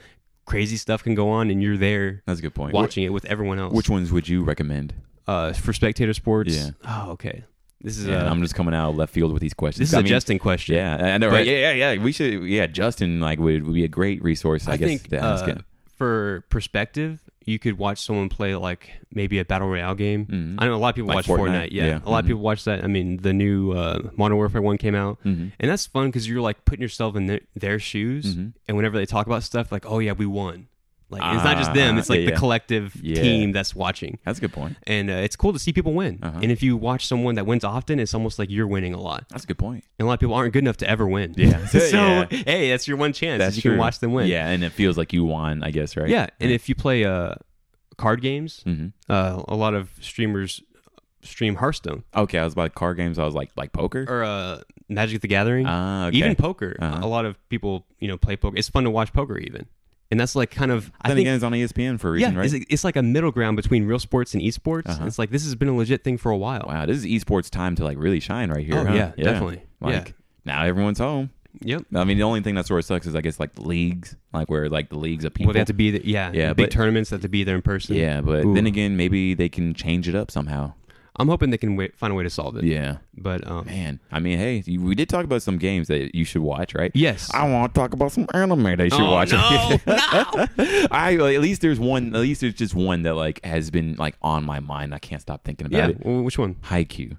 crazy stuff can go on and you're there
That's a good point.
watching it with everyone else
Which ones would you recommend?
uh, for spectator sports.
Yeah.
Oh, okay. This is
And
a
I'm just coming out of left field with these questions.
this is
I
a
mean-
Justin question.
Yeah, I know,
But-
right? Yeah, yeah, yeah. We should. Yeah, Justin like would, would be a great resource. I,
I
guess
think
to ask
uh,
him.
for perspective, you could watch someone play like maybe a battle royale game. I know a lot of people
Mm-hmm. Like
watch
Fortnite?
Fortnite. yeah.
Yeah. Mm-hmm.
a lot of people watch that. I mean, the new uh, Modern Warfare one came out,
Mm-hmm.
and that's fun because you're like putting yourself in their, their shoes,
Mm-hmm.
and whenever they talk about stuff, like, oh yeah, we won. Like it's not just them;
Ah,
it's like
yeah,
the
yeah.
collective
Yeah.
team that's watching.
That's a good point.
And uh, it's cool to see people win.
Uh-huh.
And if you watch someone that wins often, it's almost like you're winning a lot.
That's a good point.
And a lot of people aren't good enough to ever win.
Yeah.
so
Yeah.
hey, that's your one chance.
That's
you
true.
can watch them win.
Yeah, and it feels like you won. I guess right.
Yeah, and if you play uh card games.
hmm
Uh, a lot of streamers stream Hearthstone
Okay, I was about card games. I was like, like poker.
or uh, Magic the Gathering,
Ah, okay.
even poker.
Uh-huh.
A lot of people, you know, play poker. It's fun to watch poker, even, and that's like kind of. I
then
think
again, it's on E ESPN for a
yeah,
reason, right? Uh-huh.
it's, it's like a middle ground between real sports and esports. It's like this has been a legit thing for a while.
wow, this is esports time to like really shine right here.
Oh,
huh?
yeah, definitely.
Like
Yeah.
now everyone's home.
Yep.
I mean, the only thing that sort of sucks is I guess like the leagues, like where like the leagues of people.
Well, they have to be there. Yeah,
Yeah,
Big
but-
tournaments they have to be there in person.
yeah, but
Ooh.
then again, maybe they can change it up somehow.
I'm hoping they can wait, find a way to solve it.
Yeah,
But um,
man. I mean, hey, you- we did talk about some games that you should watch, right?
yes,
I want to talk about some anime they should
Oh,
watch.
no,
I at least there's one. At least there's just one that like has been like on my mind. I can't stop thinking about
yeah.
it.
Well, which one?
Haiku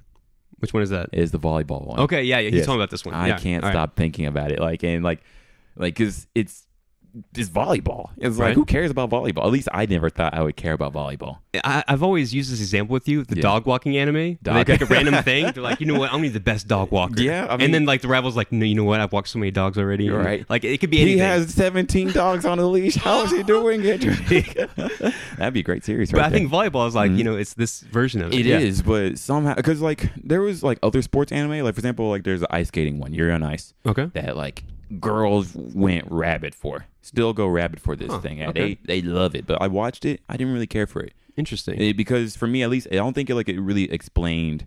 Which one is that?
is the volleyball one.
Okay, yeah, yeah. He's
Yes.
talking about this one.
I
Yeah.
can't
All right.
stop thinking about it. Like and like, like because it's it's volleyball. It's
Right.
like who cares about volleyball? At least I never thought I would care about volleyball.
I, I've always used this example with you, the
Yeah.
dog walking anime. Dog.
Dog.
They pick a random thing. They're like, you know what? I'm gonna be the best dog walker.
Yeah, I mean-
and then like the rival's like, no, you know what? I've walked so many dogs already.
You're right.
Like it could be anything.
He has 17 dogs on a leash. How is he doing it? That'd be a great series,
but
right
I
there.
think volleyball is like, you know, it's this version of it.
Mm-hmm. It is,
yeah.
but somehow because like there was like other sports anime, like for example, like there's an ice skating one, You're on Ice,
Okay.
that like girls went rabid for, still go rabid for this
Huh,
thing.
okay.
They they love it, but I watched it, I didn't really care for it.
Interesting.
It- because for me at least, I don't think it like it really explained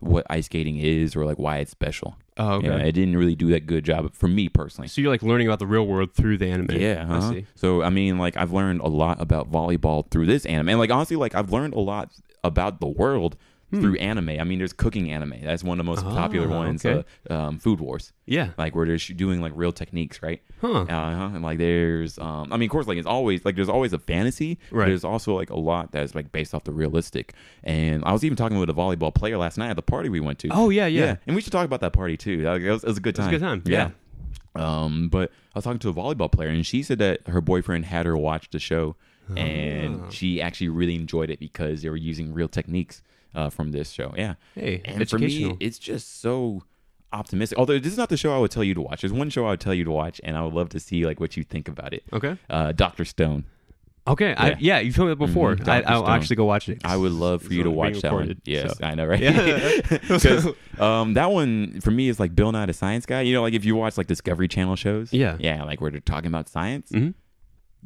what ice skating is or like why it's special.
oh, okay.
Yeah, it didn't really do that good job for me personally.
so you're like learning about the real world through the anime.
Yeah,
I
uh-huh.
see.
So I mean, like I've learned a lot about volleyball through this anime, and like honestly, like I've learned a lot about the world through anime. I mean, there's cooking anime. That's one of the most popular
Hmm. Ah,
ones.
okay.
Uh, um, Food Wars,
Yeah.
like where they're sh- doing like real techniques, right?
Huh.
Uh-huh. And like there's, um, I mean, of course, like it's always like there's always a fantasy. but
Right.
There's also like a lot that's like based off the realistic. And I was even talking with a volleyball player last night at the party we went to.
Oh yeah, yeah.
And we should talk about that party too. That it was, it was a good time.
a good time,
Um, but I was talking to a volleyball player, and she said that her boyfriend had her watch the show,
Ah.
and she actually really enjoyed it because they were using real techniques uh, from this show. Yeah.
Hey,
and for me,
educational.
it's just so optimistic. Although this is not the show I would tell you to watch. There's one show I would tell you to watch, and I would love to see like what you think about it.
Okay.
Uh, Doctor Stone.
Okay. I,
Yeah.
yeah. Mm-hmm. You told me that before.
Mhm.
I,
Dr.
I'll
Stone.
actually go watch it.
I would love for you
It's
to
being
watch that one.
recorded,
Yes,
so.
I know, right?
Yeah.
'Cause, um, that one for me is like Bill Nye the Science Guy. You know, like if you watch like Discovery Channel shows,
Yeah.
yeah, like where they're talking about science.
Mhm.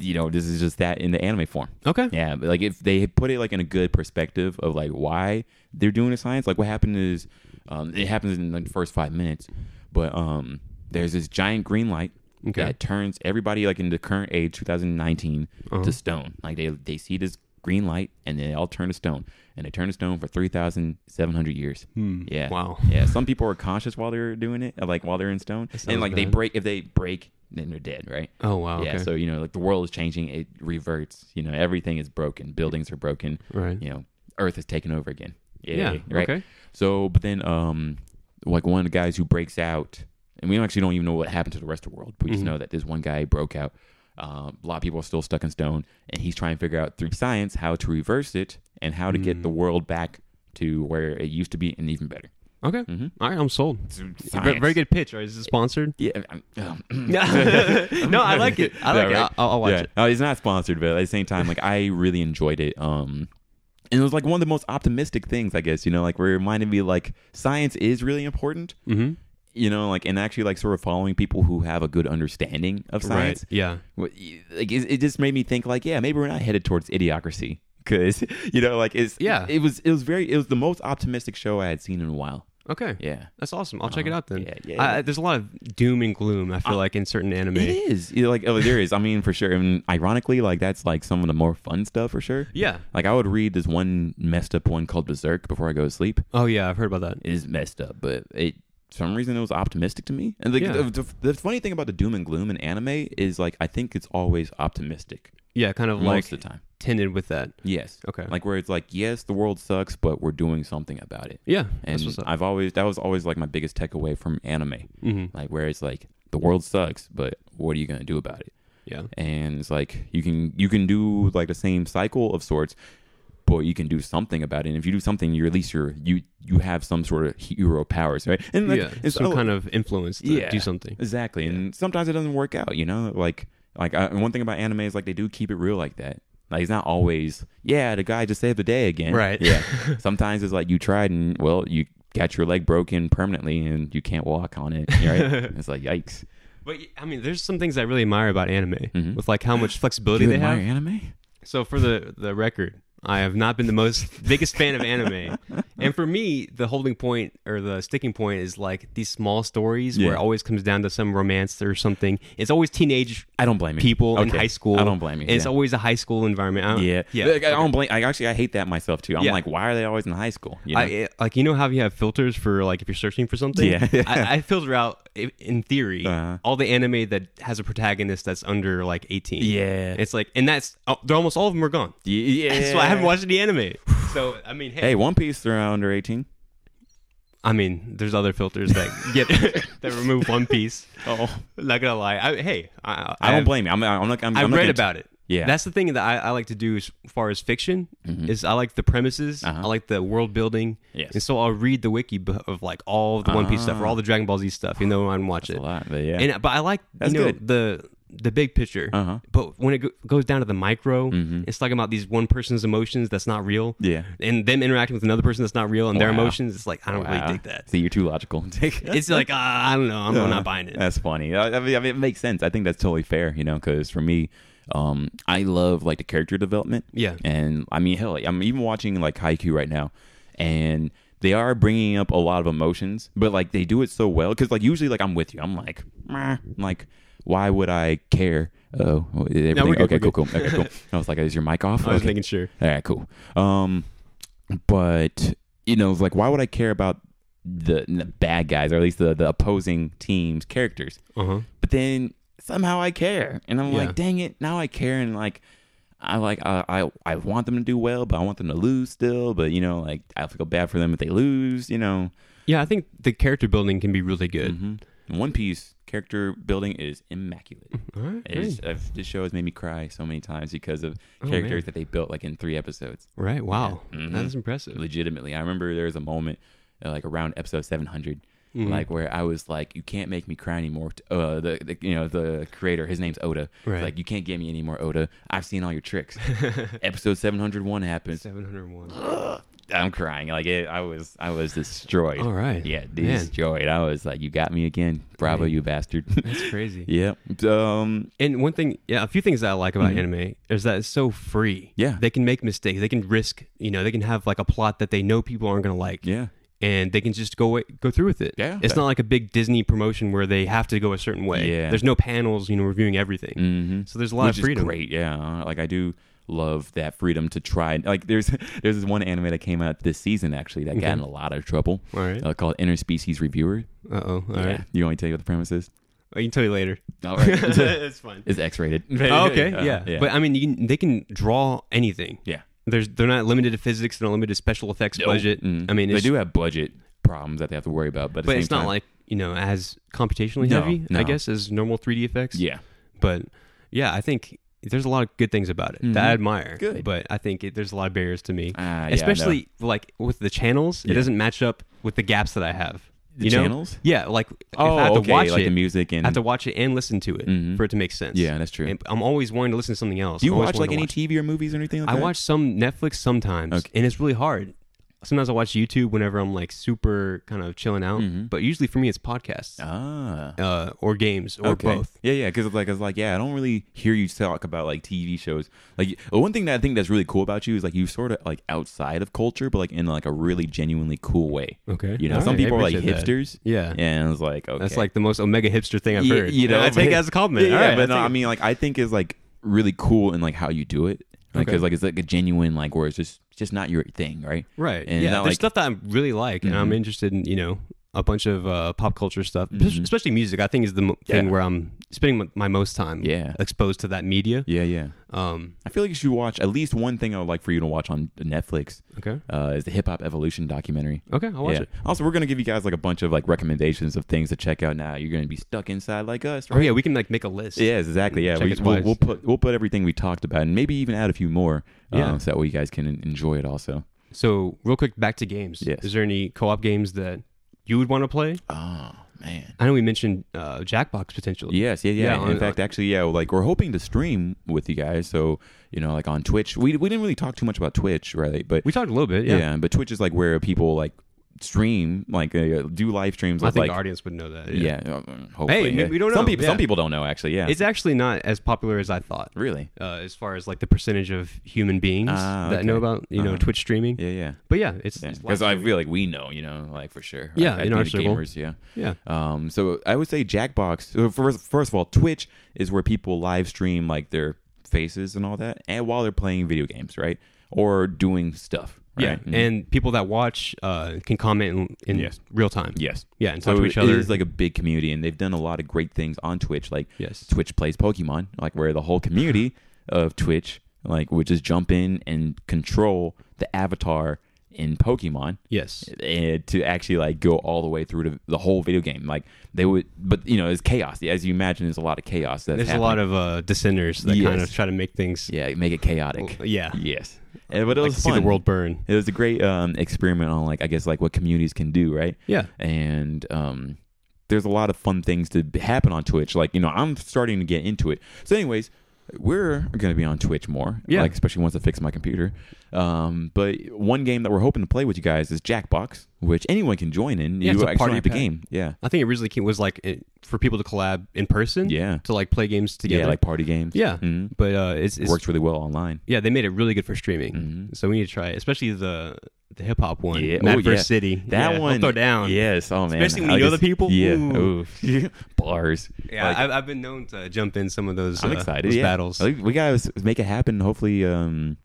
You know, this is just that in the anime form.
Okay.
Yeah, but like if they put it like in a good perspective of like why they're doing the science, like what happened is um, it happens in like the first five minutes, but um, there's this giant green light
Okay.
that turns everybody like in the current age 2019
Uh-huh.
to stone. Like they they see this green light and they all turn to stone, and they turn to stone for 3,700 years. Yeah,
Hmm. Mm. Wow.
yeah. Some people are conscious while they're doing it, like while they're in stone,
sounds
and like they
bad.
break if they break, then they're dead, right?
Oh wow.
Yeah,
okay.
so you know, like the world is changing, it reverts. You know, everything is broken. Buildings are broken.
Right.
You know, Earth is taken over again. Yay,
Yeah,
Right.
okay.
So, but then, um, like one of the guys who breaks out, and we don't actually don't even know what happened to the rest of the world. We
Mm-hmm.
just know that this one guy broke out. Um, a lot of people are still stuck in stone, and he's trying to figure out through science how to reverse it and how to
Mm.
get the world back to where it used to be and even better.
Okay. All right. I'm sold. Very,
Science.
very good pitch. Right? Is it sponsored?
Yeah. I'm- um,
no, I like it. I like
Yeah,
it.
right?
I'll, I'll watch
Yeah.
it.
No, it's not sponsored, but at the same time, like I really enjoyed it. Um, and it was like one of the most optimistic things, I guess. You know, like where it reminded me like science is really important.
Mm-hmm.
You know, like and actually like sort of following people who have a good understanding of
Right.
science.
Yeah.
What- Like it, it just made me think like, yeah, maybe we're not headed towards idiocracy because you know, like it's
Yeah.
It was it was very it was the most optimistic show I had seen in a while.
Okay.
Yeah.
That's awesome. I'll check it out then.
Yeah, yeah,
I,
yeah.
there's a lot of doom and gloom. I feel like in certain anime.
It is You know, like oh, there is. I mean, for sure. And ironically, like that's like some of the more fun stuff for sure.
Yeah.
Like I would read this one messed up one called Berserk before I go to sleep.
Oh yeah, I've heard about that.
It is messed up, but it for some reason it was optimistic to me. And like
Yeah.
the, the, the funny thing about the doom and gloom in anime is like I think it's always optimistic
Yeah, kind of
most
like
of the time.
tinted with that.
Yes.
Okay.
Like where it's like yes, the world sucks, but we're doing something about it.
Yeah.
And
that's what's up.
I've always that was always like my biggest takeaway from anime.
Mhm.
Like where it's like the world sucks, but what are you gonna do about it?
Yeah.
and it's like you can you can do like the same cycle of sorts but you can do something about it and if you do something you're at least you're you you have some sort of hero powers right and like,
yeah.
it's
some
oh,
kind of influence to do something.
exactly and sometimes it doesn't work out you know like like I, and one thing about anime is like they do keep it real like that Like it's not always, yeah, the guy just saved the day again.
Right.
Yeah. Sometimes it's like you tried and well, you got your leg broken permanently and you can't walk on it. Right. it's like yikes.
But I mean, there's some things I really admire about anime,
Mhm.
with like how much flexibility
you
they
admire
have.
anime?
So for the the record, I have not been the most biggest fan of anime, and for me, the holding point or the sticking point is like these small stories where
Yeah.
it always comes down to some romance or something. It's always teenage
I don't blame you.
people in
Okay.
high school.
I don't blame you.
And It's
yeah.
always a high school environment. I don't,
yeah.
yeah.
Like, I don't blame. I actually I hate that myself too. I'm
Yeah.
like, why are they always in high school? You know?
I, it- like you know how you have filters for like if you're searching for something.
Yeah.
I, I filter out i- in theory
Uh-huh.
all the anime that has a protagonist that's under like 18.
Yeah.
it's like and that's oh, they're almost all of them are gone.
yeah.
So I haven't watched any anime. So I mean, hey,
Hey, One Piece. They're under 18.
I mean, there's other filters that get that remove One Piece.
Oh,
Not gonna lie, I, hey, I,
I don't
have-
blame you. I'm, I'm not. I'm,
I
I'm not
read
gonna-
about it.
Yeah. Mm-hmm.
that's the thing that I, I like to do as far as fiction is I like the premises, I like the world building,
Uh-huh. Yes. Ah.
and so I'll read the wiki b- of like all the One Piece stuff or all the Dragon Ball Z stuff, even though I don't watch it.
a lot, but yeah.
And but I like
That's
you know
good.
the the big picture,
Uh-huh. Mm-hmm.
but when it go- goes down to the micro, it's talking about these one person's emotions that's not real,
Yeah.
and them interacting with another person that's not real and their
Wow.
emotions. It's like I don't
Wow.
really dig that.
See, you're too logical. Take
It's like uh, I don't know, I'm not buying it.
That's funny. I I mean, I mean, it makes sense. I think that's totally fair, you know, because for me, um, I love like the character development.
Yeah.
And I mean, hell, I'm even watching like Haiku right now, and they are bringing up a lot of emotions, but like they do it so well because like usually like I'm with you, I'm like, "Meh." I'm like, why would I care? Oh, everything.
we're good,
okay,
we're
cool, cool. Okay, cool. I was like, is your mic off?
I was
Okay.
making sure.
All right, cool. Um, but you know, it's like, why would I care about the, the bad guys, or at least the, the opposing team's characters?
Uh huh.
But then somehow I care, and I'm
Yeah.
like, dang it, now I care, and like, I like, I, I, I want them to do well, but I want them to lose still. But you know, like, I feel bad for them if they lose. You know,
Yeah, I think the character building can be really good.
Mhm. One Piece character building is immaculate.
All right,
It is, uh, this show has made me cry so many times because of
Oh, man.
characters that they built like in three episodes.
Right. Wow. That is impressive.
legitimately i remember there was a moment uh, like around episode 700
Mm-hmm.
like where i was like you can't make me cry anymore uh the, the you know the creator his name's oda It's
Right.
like you can't get me anymore oda i've seen all your tricks episode 701 happens
701.
i'm crying like it, i was i was destroyed
All right.
yeah
Man.
destroyed i was like you got me again bravo you bastard
That's crazy.
yeah um
And one thing, yeah, a few things that I like about anime is that it's so free.
Mm-hmm. Yeah.
They can make mistakes. They can risk, you know, they can have like a plot that they know people aren't going to like.
yeah
And they can just go away, go through with it.
Yeah.
It's not like a big Disney promotion where they have to go a certain way.
Yeah.
There's no panels, you know, reviewing everything.
mm-hmm.
So there's a lot
Which
of
Is
freedom.
great, yeah. Like I do love that freedom to try. Like there's there's this one anime that came out this season actually that got in a
Mm-hmm.
lot of trouble.
All right.
Uh, called Interspecies Reviewer.
Uh-oh. All right.
yeah. You want me to tell you what the premise is?
I can tell you later.
All right.
it's fine.
it's X-rated.
Oh, okay.
Uh,
yeah.
yeah.
But I mean, you can, they can draw anything.
yeah.
There's they're not limited to physics. They're not limited to special effects budget.
Mm.
I mean,
they
it's,
do have budget problems that they have to worry about, but, at
but
the
it's
same
not
time-
like you know as computationally
No,
heavy.
no.
I guess as normal 3D effects.
yeah.
But yeah, I think there's a lot of good things about it that I admire.
Mm-hmm. Good.
But I think it, there's a lot of barriers to me,
Ah, yeah, I know.
especially like with the channels. It
Yeah.
doesn't match up with the gaps that I have.
The
you know?
channels?
Yeah. Like
Oh,
if I have to
okay.
watch
like
it,
the music
I
and
have to watch it and listen to it for it to make sense.
yeah, that's true.
And I'm always wanting to listen to something else.
do you
I'm always
watch like
wanting to
any
watch-
TV or movies or anything? Like
I
that?
watch some Netflix sometimes,
Okay.
and it's really hard. Sometimes I watch YouTube whenever I'm like super kind of chilling out, but usually for me it's podcasts
Mm-hmm. Ah.
uh, or games or
Okay.
both.
Yeah, yeah, because like I was like, yeah, I don't really hear you talk about like TV shows. Like one thing that I think that's really cool about you is like you sort of like outside of culture, but like in like a really genuinely cool way.
Okay.
you know,
All
some
right, I
people are like
appreciate that.
hipsters.
Yeah.
and it's like okay,
That's like the most omega hipster thing
Y-
I've heard.
You know,
And I take
but-
it as a compliment.
Yeah,
All right,
but no,
I
I
take-
mean, like I think is like really cool in like how you do it, like
Okay.
because like it's like a genuine like where it's just just not your thing, right?
right?
and
yeah,
not
there's
like- Mm-hmm.
stuff that I really like, and I'm interested in you know a bunch of uh, pop culture stuff, especially music. I think is the mo- thing
Yeah.
where I'm spending m- my most time.
Yeah.
exposed to that media.
Yeah, yeah.
Um,
I feel like you should watch at least one thing. I would like for you to watch on Netflix
okay,
uh, is the Hip Hop Evolution documentary.
okay, I'll watch
yeah.
it.
Also, we're gonna give you guys like a bunch of like recommendations of things to check out now. You're gonna be stuck inside like us,
Oh
right?
yeah, we can like make a list.
Yes, exactly. Yeah,
Check
we,
it
we'll,
twice.
we'll put we'll put everything we talked about, and maybe even add a few more,
Yeah.
um, so that way you guys can en- enjoy it also.
So, real quick, back to games.
Yes.
Is there any co-op games that you would want to play?
Ah, man.
I know we mentioned uh, Jackbox potentially.
Yes, yeah, yeah.
Yeah,
In
on-
fact, actually, yeah, like we're hoping to stream with you guys. So you know, like on Twitch, we we didn't really talk too much about Twitch, right? But
We talked a little bit. Yeah.
yeah. but Twitch is like where people like stream, like uh, do live streams.
I
Of,
think
like,
the audience would know that.
yeah, uh, hopefully.
we-
yeah.
we don't
Some
know,
people,
yeah.
some people don't know actually. Yeah,
It's actually not as popular as I thought.
really.
Uh, as far as like the percentage of human beings
Ah,
that know
okay.
about you know
Uh-huh.
Twitch streaming,
Yeah, yeah.
but yeah, it's it's live
Because I
streaming.
feel like we know, you know, like for sure.
Yeah,
I,
in our
think
circle.
gamers, yeah.
yeah,
Um, so I would say Jackbox. So first, first of all, Twitch is where people live stream like their faces and all that, and while they're playing video games, right, or doing stuff.
yeah,
right? Mhm.
and people that watch uh, can comment in, in
Yes.
real time.
yes.
yeah, and talk
So
to
it
each other.
is like a big community, and they've done a lot of great things on Twitch. Like
Yes.
Twitch plays Pokemon, like where the whole community of Twitch, like, would just jump in and control the avatar in Pokemon.
yes,
and to actually like go all the way through to the whole video game. Like they would, but you know, it's chaos. As you imagine, there's a lot of chaos. That's
there's a
happening.
lot of uh, dissenters that kind
Yes.
of try to make things.
yeah, make it chaotic.
yeah,
Yes, and but it
like
was
to see
fun.
the world burn.
It was a great um, experiment on like I guess like what communities can do, right?
Yeah,
And um, there's a lot of fun things to happen on Twitch. Like you know, I'm starting to get into it. So, anyways. We're going to be on Twitch more,
Yeah.
Like especially once I fix my computer. Um, but one game that we're hoping to play with you guys is Jackbox, which anyone can join in. you
Yeah, it's a
actually
party
don't have to
pack.
game, yeah.
I think it originally came, was like it, for people to collab in person.
Yeah.
to like play games together.
Yeah, like party games.
Mm-hmm. Yeah.
Mhm.
but uh, it's, it's
works really well online.
Yeah, they made it really good for streaming.
Mm-hmm.
So we need to try it, especially the the hip hop one. Yeah, Mad
Oh,
vs. City.
That
Yeah, I'll
one.
throw down.
Yes. Oh man.
Especially when you know the people.
Yeah.
Ooh.
Ooh. Bars.
Yeah,
Like,
I, I've been known to jump in some of those.
I'm
uh,
excited.
those
Yeah.
battles.
I think We gotta s- make it happen. Hopefully, um,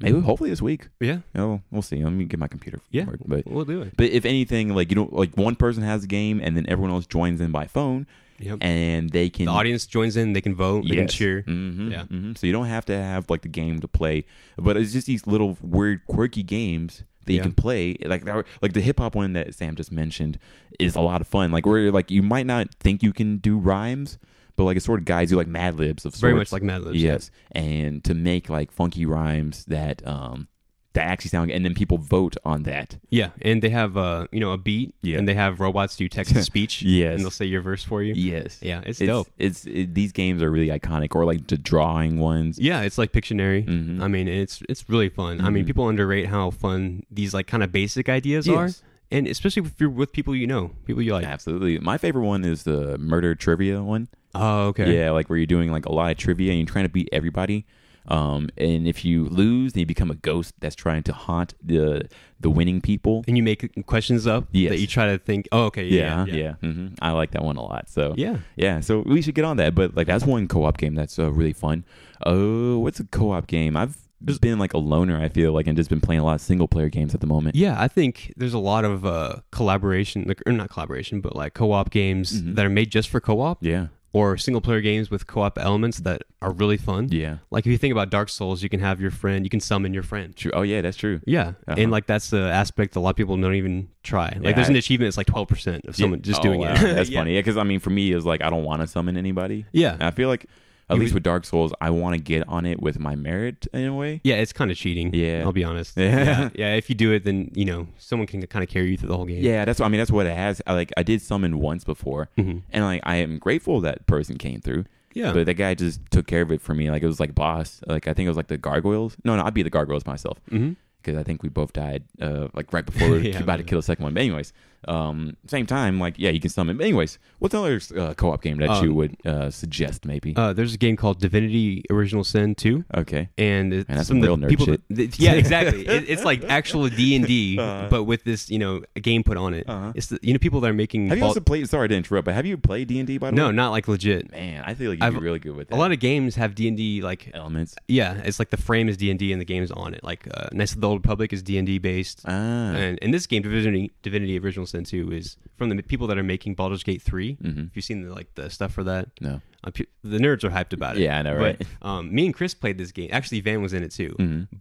maybe hopefully this week.
yeah,
Oh, we'll see. Let me get my computer.
yeah,
worked, But
we'll do it.
but if anything, like you know, like one person has a game and then everyone else joins in by phone
Yep.
and they can
the audience joins in. They can vote. They can
Yes.
cheer.
Mhm,
Yeah.
mhm. So you don't have to have like the game to play, but it's just these little weird, quirky games that you
Yeah.
can play. Like that- like the hip hop one that Sam just mentioned is a lot of fun. Like where like you might not think you can do rhymes, but like it sort of guides you like Mad Libs of sorts.
Very much like Mad Libs.
yes, and to make like funky rhymes that um that actually sound, and then people vote on that.
Yeah, and they have uh, you know a beat.
Yeah.
and they have robots do text to speech.
Yes.
and they'll say your verse for you.
Yes,
Yeah, it's,
It's,
dope.
it's it, these games are really iconic, or like the drawing ones.
Yeah, it's like Pictionary.
Mhm.
I mean, it's it's really fun. I
Mm-hmm.
mean, people underrate how fun these like kind of basic ideas
Yes.
are, and especially if you're with people you know, people you like.
Absolutely, my favorite one is the murder trivia one.
Oh, okay.
Yeah, like where you're doing like a lot of trivia and you're trying to beat everybody. Um, and if you lose, then you become a ghost that's trying to haunt the the winning people.
And you make questions up
Yes.
that you try to think. Oh, okay.
Yeah,
Yeah.
yeah. hmm I like that one a lot. So
Yeah.
yeah. So we should get on that. But like that's one co-op game that's uh, really fun. Oh, what's a co-op game? I've just been like a loner. I feel like and just been playing a lot of single player games at the moment.
Yeah, I think there's a lot of uh, collaboration, like, or not collaboration, but like co-op games that are made just for co-op,
Mm-hmm. Yeah,
or single-player games with co-op elements that are really fun.
yeah.
Like if you think about Dark Souls, you can have your friend, you can summon your friend.
True. Oh yeah, that's true.
Yeah,
Uh-huh.
and like that's the aspect a lot of people don't even try. Like
Yeah,
there's
I-
an achievement that's like twelve percent of someone just
Oh,
doing
wow.
it.
That's
Yeah.
funny. Yeah, because I mean, for me, it's like I don't want to summon anybody.
Yeah,
And I feel like at least with Dark Souls, I want to get on it with my merit in a way.
yeah, it's kind of cheating.
Yeah.
I'll be honest.
Yeah.
yeah, yeah, If you do it, then you know someone can kind of carry you through the whole game.
Yeah, that's what I mean. That's what it has. I, like I did summon once before,
Mhm.
and like I am grateful that person came through.
yeah,
But that guy just took care of it for me. Like it was like boss. Like I think it was like the gargoyles. No, no, I'd be the gargoyles myself
Mhm.
because I think we both died uh, like right before we were
Yeah,
about to
man.
kill the second one. But anyways, um, same time, like yeah, you can summon. But anyways, what's another uh, co-op game that you
Um,
would uh, suggest maybe?
Uh, there's a game called Divinity: Original Sin Two.
okay.
And it's
Man, that's
some
real
of
nerd
the people,
shit.
that- yeah, exactly. it, it's like actual D and D, but with this, you know, a game put on it.
Uh-huh.
It's the, you know people that are making
Have you
bal-
also played? Sorry to interrupt, but have you played D and D by the way?
no, not like legit.
Man, I feel like you'd
I've-
be really good with that.
A lot of games have D and D like
elements.
Yeah, it's like the frame is D and D, and the game's on it. Like uh, Knights of the Old Republic is D and D based,
Ah,
and in this game, Divinity, Divinity Original Sin Two is from the people that are making Baldur's Gate 3
Mm-hmm.
If you've seen the, like the stuff for that,
no.
uh, pe- the nerds are hyped about it.
Yeah, I know,
Uh, But,
right? Mm-hmm.
um, me and Chris played this game. Actually, Van was in it too.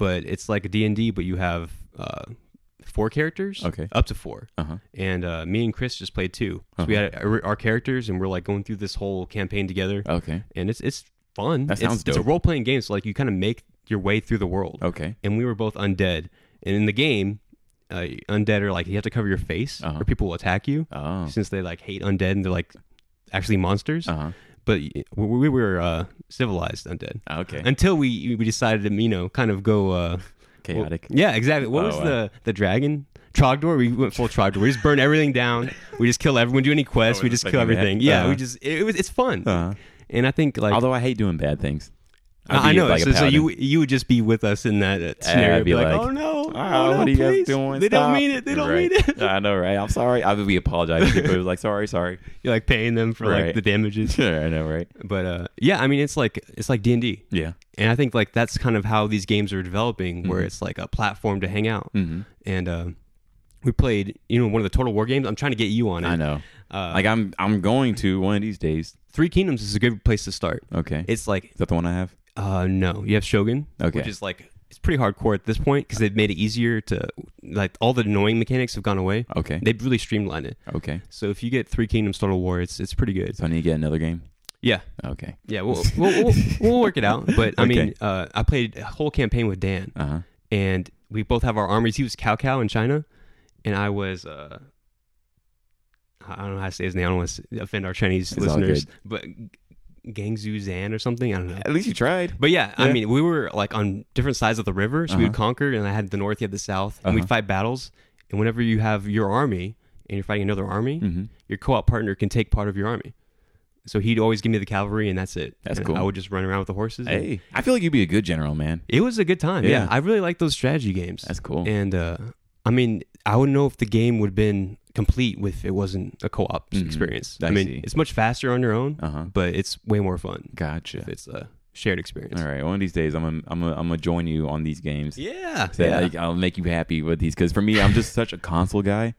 But it's like a D and D, but you have uh, four characters.
Okay.
up to four.
Uh huh.
And uh, me and Chris just played two. So we
Uh-huh.
had our, our characters, and we're like going through this whole campaign together
Okay.
and it's it's fun.
That
It's-
sounds
it's, a
dope. Oh.
role playing game, so like you kind of make your way through the world.
Okay.
And we were both undead, and in the game, uh, undead are like you have to cover your face
Uh-huh.
or people will attack you
Oh.
since they like hate undead and they're like actually monsters.
Uh
But y- we, we were uh, civilized undead
huh. Okay.
until we we decided to you know kind of go uh, well-
Chaotic.
yeah, exactly. What
Oh,
was
wow.
the the dragon? Trogdor, we went full Trogdor. We just burn everything down. We just kill everyone. Do any quests?
I
We
was
just kill
expecting that.
everything. Yeah,
Uh-huh.
we just it, it was it's fun.
Uh-huh.
And I think like
Although I hate doing bad things. I'd
I I
be
know.
like a
so, so
paladin.
you you would just be with us in that uh, scenario.
I'd
be,
be
like,
like,
oh no,
Ah,
oh, no,
what are you guys
please.
doing?
They
Stop."
don't mean it. They don't
Right.
mean it.
I know, right? I'm sorry. I would be apologizing. People was like, sorry, sorry.
You're like paying them for like
Right.
the damages.
Yeah, I know, right?
But uh, yeah, I mean, it's like it's like D and D,
Yeah.
and I think like that's kind of how these games are developing,
Mm-hmm.
where it's like a platform to hang out.
Mhm.
And uh, we played, you know, one of the Total War games. I'm trying to get you on it.
I know.
Uh,
like I'm, I'm going to one of these days.
Three Kingdoms is a good place to start.
Okay. Is
It's like
that the one I have?
uh, no, you have Shogun,
Okay.
which is like it's pretty hardcore at this point because they've made it easier to like all the annoying mechanics have gone away.
Okay.
They've really streamlined it.
Okay.
So if you get Three Kingdoms Total War, it's it's pretty good.
So I need to get another game.
Yeah,
Okay.
yeah, we'll we'll, we'll, we'll work it out. But I mean,
Okay.
uh, I played a whole campaign with Dan,
Uh huh.
and we both have our armies. He was Cao Cao in China, and I was. Uh, I don't know how to say his name. I don't want to offend our Chinese
It's all
listeners, but G- Gang Zhu Zan or something. I don't know.
At least you tried.
But yeah, I
Yeah.
mean, we were like on different sides of the river, so we would conquer, and I had the north, you had the south, and we'd
Uh-huh.
fight battles. And whenever you have your army and you're fighting another army,
Mhm.
your co-op partner can take part of your army. So he'd always give me the cavalry, and that's it.
That's
And
cool.
I would just run around with the horses. and-
Hey, I feel like you'd be a good general, man.
it was a good time. Yeah,
Yeah.
I really like those strategy games.
That's cool.
And uh, I mean, I wouldn't know if the game would have been complete if it wasn't a co-op
Mhm.
experience. I,
I
mean,
see.
it's much faster on your own,
Uh huh.
but it's way more fun
Gotcha.
if it's a shared experience.
All right. One of these days, I'm gonna, I'm gonna, I'm gonna join you on these games.
Yeah,
So,
yeah.
like, I'll make you happy with these because for me, I'm just such a console guy,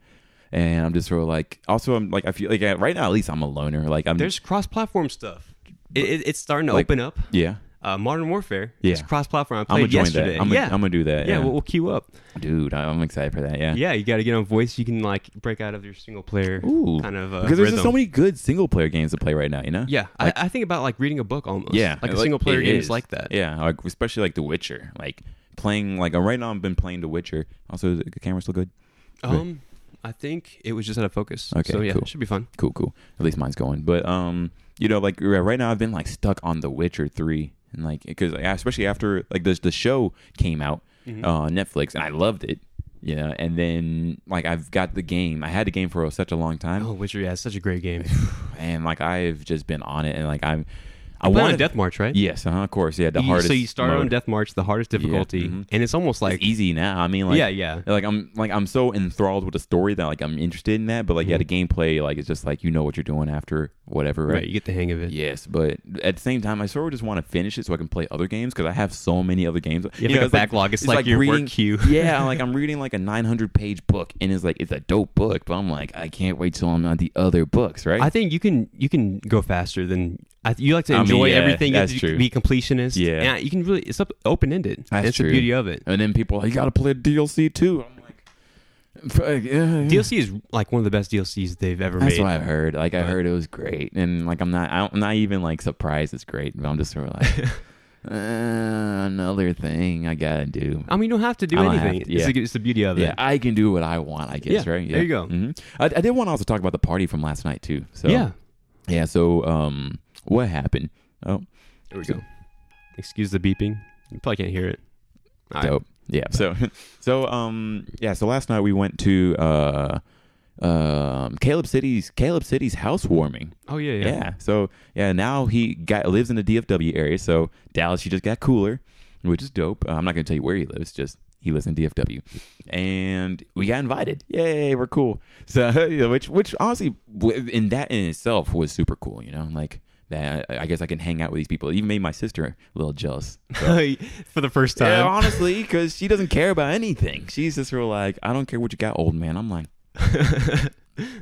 and I'm just sort of like. Also, I'm like I feel like I, right now, at least I'm a loner. Like I'm
There's cross-platform stuff. It, it, it's starting to
Like-
open up.
yeah.
Uh, Modern Warfare.
Yeah.
It's cross-platform. I
I'm
played
gonna join
yesterday.
that. I'm gonna,
yeah.
I'm gonna do that.
yeah,
Yeah,
We'll, we'll queue up.
dude, I- I'm excited for that. Yeah.
Yeah, you got to get on voice. You can like break out of your single player
Ooh.
kind of uh,
because there's just
rhythm.
so many good single player games to play right now. You know.
Yeah, I, I think about like reading a book almost.
Yeah.
like a single player
it
game is like that.
Yeah. Like especially like The Witcher. Like playing like uh, right now, I've been playing The Witcher. Also, is the camera still good.
Um, I think it was just out of focus.
Okay,
so yeah,
cool.
it should be fun.
cool cool at least mine's going but um you know like r- right now i've been like stuck on the witcher 3 and like because especially after like the, the show came out
Mm-hmm.
uh netflix and i loved it you know and then like i've got the game i had the game for such a long time
Oh, Witcher, yeah, it's such a great game.
and like i've just been on it and like i'm i
Play on
want
Death March, right?
yes uh-huh, of course yeah the
You-
hardest
So you start on
mode.
Death March, the hardest difficulty,
mhm.
and it's almost like
It's easy now i mean like
yeah, yeah.
like I'm like I'm so enthralled with the story that like I'm interested in that, but like yeah, the
Mm-hmm.
gameplay like it's just like you know what you're doing after whatever,
Right, you get the hang of it.
Yes, but at the same time, I sort of just want to finish it so I can play other games because I have so many other games.
You have like a
it's
backlog. It's like your work queue.
yeah, like I'm reading like a 900 page book, and it's like it's a dope book, but I'm like I can't wait till I'm on the other books, right?
I think you can you can go faster than I, you like to
I mean,
enjoy
yeah,
everything. You have
that's
to
true.
Be completionist.
Yeah.
you can really it's up open ended.
That's
it's the
true.
beauty of it.
and then people are like you got to play DLC too. I'm like, "Fuck, yeah, yeah."
DLC is like one of the best DLCs they've ever
That's
made.
what I've heard. Like I heard it was great, and like I'm not, I don't, I'm not even like surprised it's great. But I'm just sort of like uh, another thing I gotta do.
I mean, you don't have to do
I don't have
anything.
to,
It's,
yeah.
the, it's the beauty of
Yeah,
it.
I can do what I want. I guess,
Yeah,
right?
there you go.
Mhm. I, I did want to also talk about the party from last night too. So
yeah.
yeah. So um, what happened? Oh,
There we go. Excuse the beeping. You probably can't hear it. All right.
dope. Yeah. So so um yeah. So last night we went to uh um Caleb City's Caleb City's housewarming.
Oh yeah, yeah.
Yeah. So yeah, now he got lives in the DFW area. So Dallas, he just got cooler, which is dope. Uh, I'm not gonna tell you where he lives. Just he lives in DFW, and we got invited. Yay, we're cool. So yeah, which which honestly, w- in that in itself was super cool. You know, like. That I I guess I can hang out with these people. It even made my sister a little jealous.
For the first time.
Yeah, honestly, because she doesn't care about anything. She's just real like, I don't care what you got, old man. I'm like,
This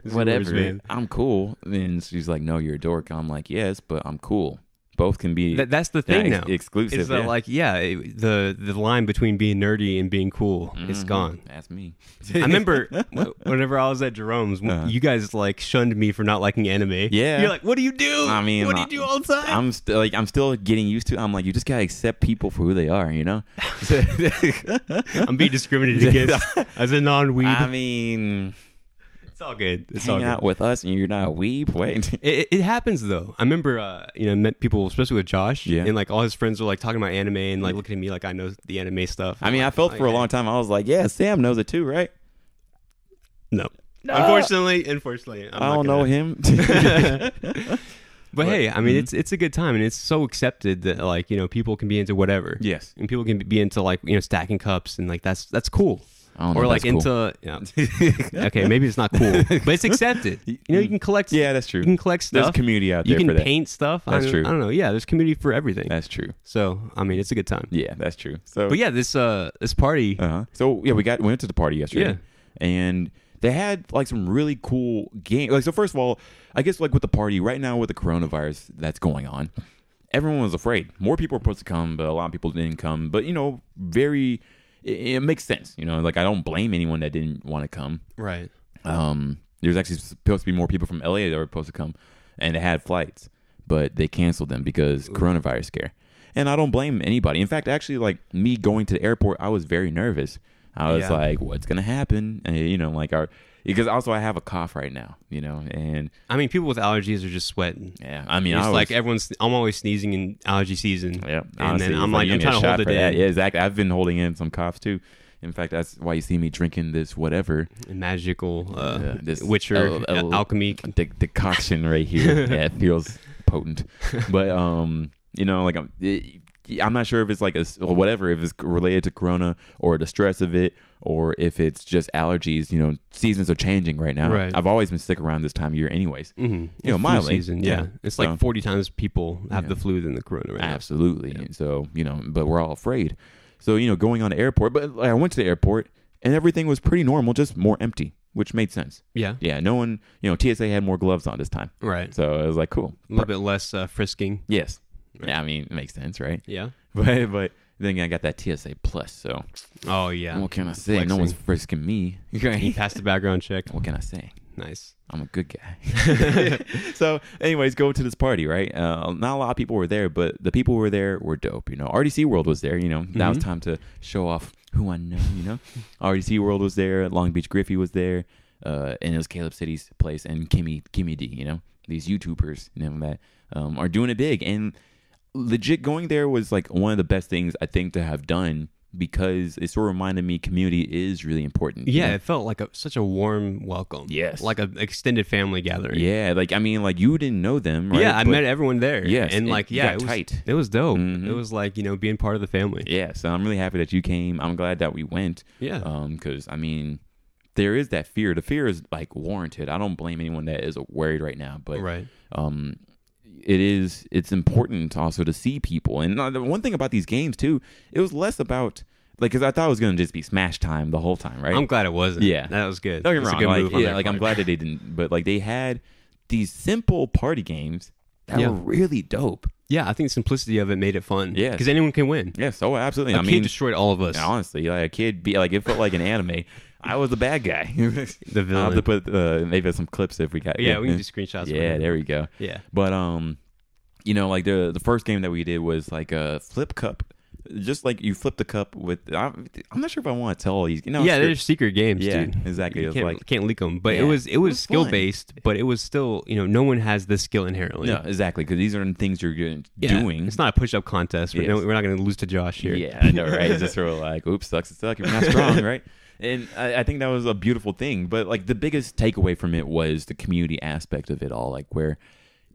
is
whatever.
yours, man.
I'm cool. And she's like, No, you're a dork. I'm like, Yes, but I'm cool. both can be
That, that's the thing
yeah, ex-
now.
exclusive,
Is that
yeah.
like yeah, it- the the line between being nerdy and being cool
Mm-hmm.
is gone.
That's me.
I remember wh- whenever I was at Jerome's, w- you guys like shunned me for not liking anime.
Uh-huh. Yeah.
you're like, what do you do?
I mean,
what do
I-
you do all the time?
I'm still like I'm still getting used to. I'm like you just gotta accept people for who they are, you know.
I'm being discriminated against as a non-weeb.
I mean,
it's all good. It's all
hang
good.
out with us and you're not a weeb. Wait,
It, it happens though. I remember, uh, you know, met people, especially with Josh,
Yeah.
and like all his friends were like talking about anime and like looking at me like I know the anime stuff.
I mean, I felt for a long time. I was like, yeah, Sam knows it too, right?
no. Unfortunately, unfortunately, I'm
I
not
don't know
gonna-
him. mm-hmm.
But hey, I mean, it's it's a good time, and it's so accepted that like you know people can be into whatever.
Yes.
and people can be into like you know stacking cups and like that's that's cool.
I don't know
or
if
like
Oh, that's cool.
into yeah. okay, maybe it's not cool, but it's accepted. You know, you can collect.
mm, Yeah, that's true.
You can collect
There's
stuff.
community out
You
there
can
for that.
paint stuff. I
That's
don't-
true.
I don't know. Yeah, there's community for everything.
That's true.
so I mean, it's a good time.
Yeah, that's true. So
But yeah, this uh this party.
Uh-huh. So yeah, we got we went to the party yesterday,
Yeah.
and they had like some really cool game. Like so, first of all, I guess like with the party right now with the coronavirus that's going on, everyone was afraid. More people were supposed to come, but a lot of people didn't come. But you know, very it, it makes sense. You know, like I don't blame anyone that didn't want to come.
Right.
Um, there's actually supposed to be more people from LA that were supposed to come, and they had flights, but they canceled them because coronavirus scare. And I don't blame anybody. In fact, actually, like me going to the airport, I was very nervous. I was
Yeah.
like, "What's gonna happen?" And you know, like our because also I have a cough right now, you know, and
I mean, people with allergies are just sweating.
yeah, I mean,
It's
I was
like everyone's. I'm always sneezing in allergy season.
Yeah,
and then I'm like,
you
I'm
need a
trying to
shot
hold it
for that.
in.
Yeah, exactly. I've been holding in some coughs too. In fact, that's why you see me drinking this whatever.
Magical uh,
Yeah, this
Witcher
al- al-
alchemy.
the decoction right here. yeah, it feels potent. But um, you know, like I'm, it, I'm not sure if it's like a s- or whatever, if it's related to Corona or the stress of it, or if it's just allergies. You know, seasons are changing right now.
Right.
I've always been sick around this time of year, anyways.
Mm-hmm.
know, mildly.
season. Yeah,
Yeah.
it's like
So-
40 times people have the flu than the corona right now.
Absolutely. So you know, but we're all afraid. So you know, going on the airport. But like, I went to the airport, and everything was pretty normal, just more empty, which made sense.
Yeah,
Yeah, no one. You know, TSA had more gloves on this time,
right.
so it was like cool.
a little bit less uh, frisking.
Yes. Yeah, I mean, it makes sense, right?
Yeah.
But but then again, I got that TSA plus, so
Oh yeah.
what can I say? No one's frisking me.
You passed the background check.
What can I say?
Nice.
I'm a good guy. so, anyways, go to this party, right? Uh, not a lot of people were there, but the people who were there were dope. You know, RDC World was there. You know, that was
Mm-hmm.
time to show off who I know. You know, RDC World was there. Long Beach Griffey was there, uh, and it was Caleb City's place and Kimmy Kimmy D. You know, these YouTubers you know, that um, are doing it big and legit. Going there was like one of the best things I think to have done because it sort of reminded me community is really important. you
Yeah,
know?
it felt like a, such a warm welcome.
Yes.
like an extended family gathering.
Yeah, like I mean, like you didn't know them, right?
Yeah, I
But-
met everyone there.
Yes,
and
it-
like
you
yeah,
got
it was
tight.
it was dope.
Mhm.
It was like you know being part of the family.
Yeah, so I'm really happy that you came. I'm glad that we went.
Yeah.
Um, because I mean, there is that fear. The fear is like warranted. I don't blame anyone that is worried right now, but
Right.
um, it is. It's important also to see people. And uh, the one thing about these games too, it was less about like because I thought it was going to just be smash time the whole time, right?
I'm glad it wasn't.
Yeah.
that was good.
Don't get me
It was a
wrong.
good
Like,
move on
yeah,
their
like I'm
part.
glad that they didn't, but like they had these simple party games that
Yeah.
were really dope.
Yeah, I think the simplicity of it made it fun.
Yes.
because anyone can win.
Yes, oh, absolutely.
A
I
kid
mean,
destroyed all of us.
And honestly, like a kid, be like it felt like an anime. I was the bad guy. the I'll have
villain.
to put uh, maybe some clips if we got.
yeah, we can do screenshots. or
Yeah,
whatever.
there we go.
Yeah.
But um, you know, like the the first game that we did was like a flip cup, just like you flip the cup with. I'm, I'm not sure if I want to tell all these. You know,
yeah,
screw-
they're secret games,
yeah,
dude.
exactly.
You
It's
can't,
like
can't leak them, but
Yeah.
it was it was,
was fun.
skill based, but it was still you know no one has this skill inherently.
no, exactly, because these are the things you're gonna-
Yeah,
doing.
It's not a push up contest. We're,
Yes.
we're not going to lose to Josh here.
Yeah, I know, right? It's just sort of like, oops, sucks to suck. If you're not strong, right? And I, I think that was a beautiful thing. But like the biggest takeaway from it was the community aspect of it all, like where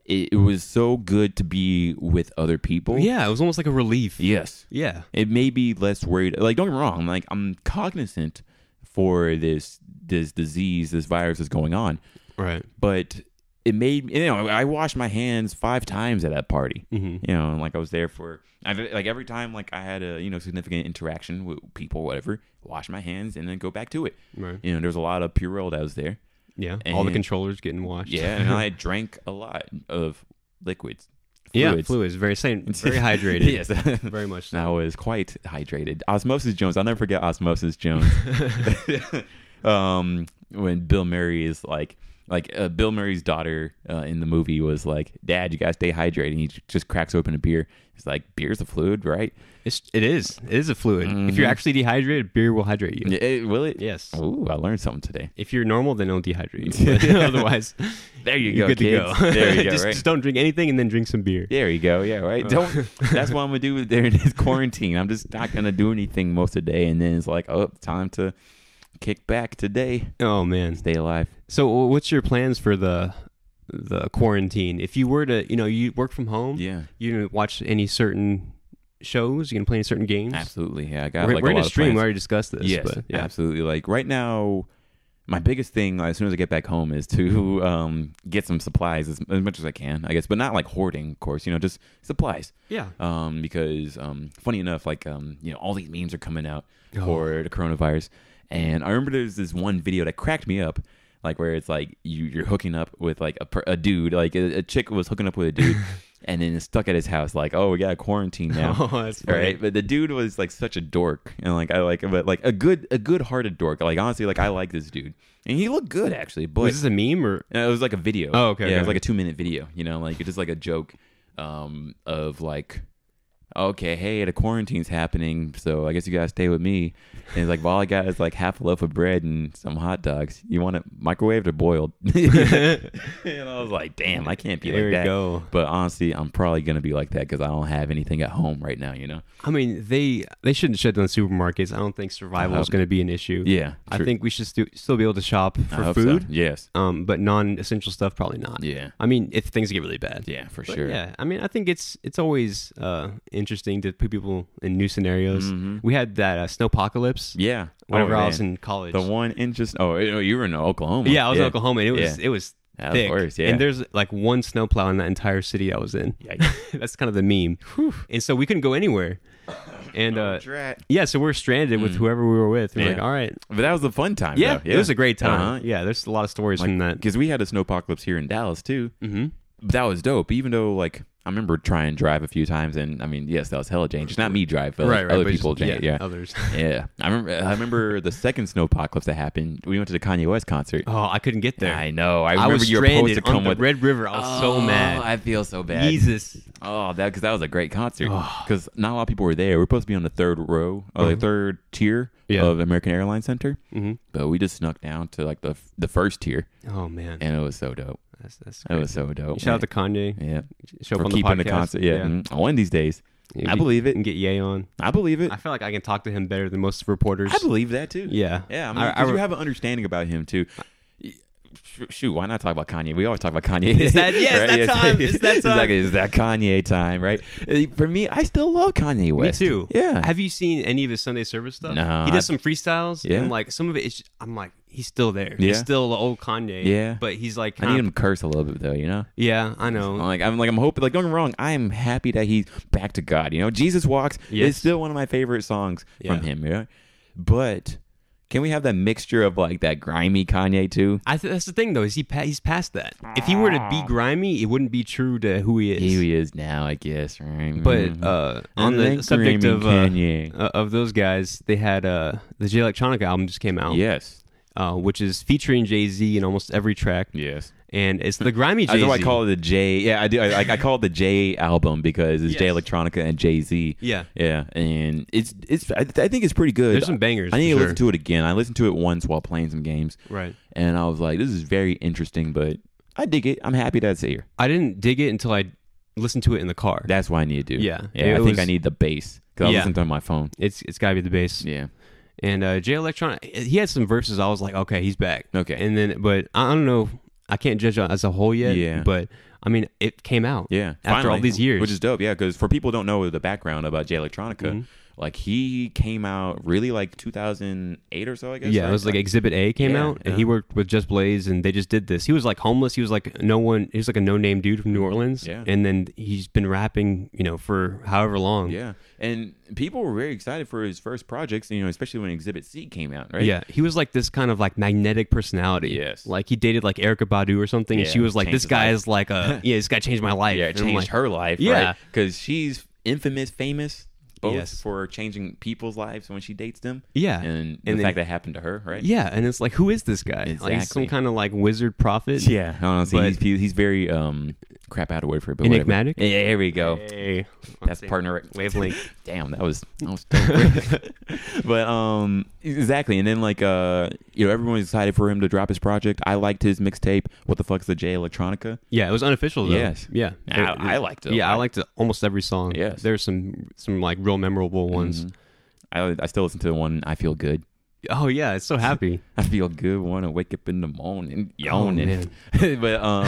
it, it was so good to be with other people.
Yeah, it was almost like a relief.
Yes.
Yeah.
It may be less worried. Like, don't get me wrong. Like, I'm cognizant for this this disease, this virus is going on,
Right.
but it made you know I washed my hands five times at that party.
Mhm.
You know, and like I was there for I like every time like I had a you know significant interaction with people, whatever, wash my hands and then go back to it.
Right.
You know, there's a lot of Purell that was there.
Yeah. all the
And-
controllers getting washed.
Yeah, and I drank a lot of liquids
Yeah,
fluids.
fluids. Very same. Very hydrated.
yes.
Very much so.
I was quite hydrated. Osmosis Jones. I'll never forget Osmosis Jones. um, when Bill Murray is like, like uh, Bill Murray's daughter uh, in the movie was like, "Dad, you gotta stay hydrated." And he j- just cracks open a beer. He's like, "Beer's a fluid, right?"
It's, it is. It is a fluid. If you're actually dehydrated, beer will hydrate you.
Mm-hmm. Yeah, it- will it?
Yes.
Ooh, I learned something today.
If you're normal, then it'll dehydrate you. But otherwise,
There you
you're
go,
good to
kids.
go.
There you go.
just,
right?
just don't drink anything and then drink some beer.
There you go. Yeah, right. Don't. That's what I'm gonna do during this quarantine. I'm just not gonna do anything most of the day, and then it's like, oh, time to kick back today.
Oh man.
Stay alive.
So wh- what's your plans for the the quarantine? If you were to, you know, you work from home.
Yeah,
You gonna watch any certain shows? You gonna play any certain games?
absolutely. Yeah, I got
We're,
like a
we're gonna
lot of
stream. We
plans.
already discussed this.
Yes,
But, yeah.
absolutely. Like right now, my biggest thing like, as soon as I get back home is to um, get some supplies as, as much as I can, I guess, but not like hoarding, of course. You know, just supplies.
Yeah.
um, because um, funny enough, like um, you know, all these memes are coming out
Oh.
for the coronavirus, and I remember there's this one video that cracked me up, like where it's like you you're hooking up with like a, per- a dude, like a, a chick was hooking up with a dude, and then is stuck at his house, like oh we got to quarantine now.
Oh, that's
All
funny.
right, but the dude was like such a dork, and like I like, him, but like a good, a good-hearted dork. Like honestly, like I like this dude, and he looked good actually. But
Was this a meme or?
and it was like a video.
Oh, okay,
Yeah, it was
okay.
like a two minute video. You know, like it's just like a joke um, of like, okay, hey, the quarantine's happening, so I guess you gotta stay with me. And it's like, well, all I got is like half a loaf of bread and some hot dogs. You want it microwaved or boiled? and I was like, damn, I can't be
There
like
you
that.
go.
But honestly, I'm probably gonna be like that because I don't have anything at home right now. You know?
I mean, they they shouldn't shut down supermarkets. I don't think survival is going to be an issue.
Oh. Yeah,
I
true.
think we should stu- still be able to shop
I
for
hope so.
food,
Yes.
um, but non-essential stuff probably not.
Yeah.
I mean, if things get really bad.
Yeah, for
But
sure.
Yeah, I mean, I think it's it's always uh, interesting to put people in new scenarios. We had that uh, snowpocalypse
Mm-hmm. Yeah.
whenever
Oh,
I was
man.
in college.
the one interest. Oh, you were in Oklahoma.
yeah, I was in Oklahoma, and it was
Yeah.
it was
That was
thick.
worse, yeah.
And there's like one snowplow in that entire city I was in. That's kind of the meme. And so we couldn't go anywhere. And uh,
Drat.
yeah, so we're stranded with whoever we were with. We're
Oh, Mm. Yeah.
like, all right,
But that was a fun time.
yeah,
though.
it was a great time.
Uh-huh.
Yeah, there's a lot of stories from that.
because we had a snowpocalypse here in Dallas too.
Mhm.
That was dope. Even though, like, I remember trying to drive a few times, and I mean, yes, that was hella dangerous. Not me drive, but like, other
but
people
just-
jank. Yeah,
others.
yeah. I remember. I remember the second snowpocalypse that happened. We went to the Kanye West concert.
Oh, I couldn't get there.
I know. I
I
remember
was
you were supposed
stranded
to come
on the
with.
Red River. I was so
Oh,
mad.
I feel so bad.
Jesus.
Oh, that because that was a great concert. Because not a lot of people were there. We are supposed to be on the third row, or the third tier
Mm-hmm. Yeah.
of American Airlines Center, mm-hmm. but we just snuck down to like the f- the first tier,
Oh man,
and it was so dope.
that's that's.
It
crazy.
was so dope.
Shout out to Kanye.
yeah.
Show up
For
on
keeping
the
the
podcast.
concert. Yeah. Mhm. One of these days.
Yeah,
I
we-
believe it.
and get Ye on.
I believe it.
I
I,
feel like I can talk to him better than most reporters.
believe that too.
Yeah.
Yeah. I mean,
I-
'cause
I-
you have an understanding about him too. Sh- Shoot, why not talk about Kanye? We always talk about Kanye.
It's that- yeah, it's that time. It's that time.
like, it's that Kanye time, right? Uh, For me, I still love Kanye
Me
West.
too.
Yeah.
Have you seen any of his Sunday service stuff?
No,
He does
I've-
some freestyles.
Yeah.
And like some of it, it's, I'm like, he's still there.
Yeah.
He's still the old Kanye.
Yeah.
But he's like,
I need him to curse a little bit though, you know.
Yeah, I know.
Like I'm like I'm hoping like don't get me wrong, I am happy that he's back to God. You know, Jesus walks
Yes.
is still one of my favorite songs
Yeah.
from him. Yeah, but can we have that mixture of like that grimy Kanye too?
I th- that's the thing though is he pa- he's past that. If he were to be grimy, it wouldn't be true to who he is.
Here he is now, I guess. Right?
but uh, on
Mm-hmm. Then
the subject
grimy
of uh,
Kanye.
uh, of those guys, they had uh, the Jay Electronica album just came out,
yes,
uh, which is featuring Jay Z in almost every track,
yes.
and it's the grimy Jay
That's
Z.
why I call it the J. Yeah, I do. I, I, I call it the J album because it's J
Yes.
Electronica and Jay Z.
Yeah.
yeah, and it's it's. I, I think it's pretty good.
There's some bangers,
I need
for
to
sure.
listen to it again. I listened to it once while playing some games.
Right.
and I was like, "This is very interesting," but I dig it. I'm happy that's here.
I didn't dig it until I listened to it in the car.
That's what I need to do.
Yeah,
yeah.
it
I think
was-
I need the bass because I
Yeah.
listen to it on my phone.
it's it's got to be the bass.
Yeah,
And uh, Jay Electron, he had some verses. I was like, okay, he's back.
Okay.
And then, but I I don't know. I can't judge it as a whole yet.
Yeah.
But I mean, it came out.
yeah.
After all
Finally.
these years. Mm-hmm.
which is dope. Yeah, because for people who don't know the background about Jay Electronica, Like he came out really like 2008 or so, I guess.
Yeah,
right?
it was like Exhibit A came
Yeah,
out, and
yeah.
he worked with Just Blaze, and they just did this. He was like homeless. He was like no one. He was like a no name dude from New Orleans,
Mm-hmm. Yeah.
and then he's been rapping, you know, for however long.
yeah, and people were very excited for his first projects. You know, especially when Exhibit C came out, right?
Yeah, he was like this kind of like magnetic personality.
Yes.
like he dated like Erica Badu or something, and
Yeah,
she was like,
changed
"This
his
guy
life.
is like a yeah, this guy changed my life."
yeah, it
And I'm
changed
like,
her life.
Yeah.
because she's infamous, famous both
Yes.
for changing people's lives when she dates them.
Yeah,
and, the
then-
fact that happened to her, right?
yeah, and it's like, who is this guy? Like he's some
Exactly.
kind of like wizard prophet.
Yeah, honestly,
But-
he's, he's he's very um crap out of word for it, but
Enigmatic?
Whatever. Yeah, there we go.
Hey,
That's partner
wavelength.
Damn, that was that was dope. but um exactly, and then like uh you know everyone was excited for him to drop his project. I liked his mixtape. What the fuck's the J Electronica?
Yeah, it was unofficial though.
Yes.
Yeah.
I- I liked it a
Yeah, I
lot.
liked it almost every song.
Yes. Mm-hmm.
There's some some like real memorable ones.
I I still listen to the one. I feel good.
Oh yeah, it's so happy.
I feel good. Want to wake up in the morning
Oh,
yawning. but um,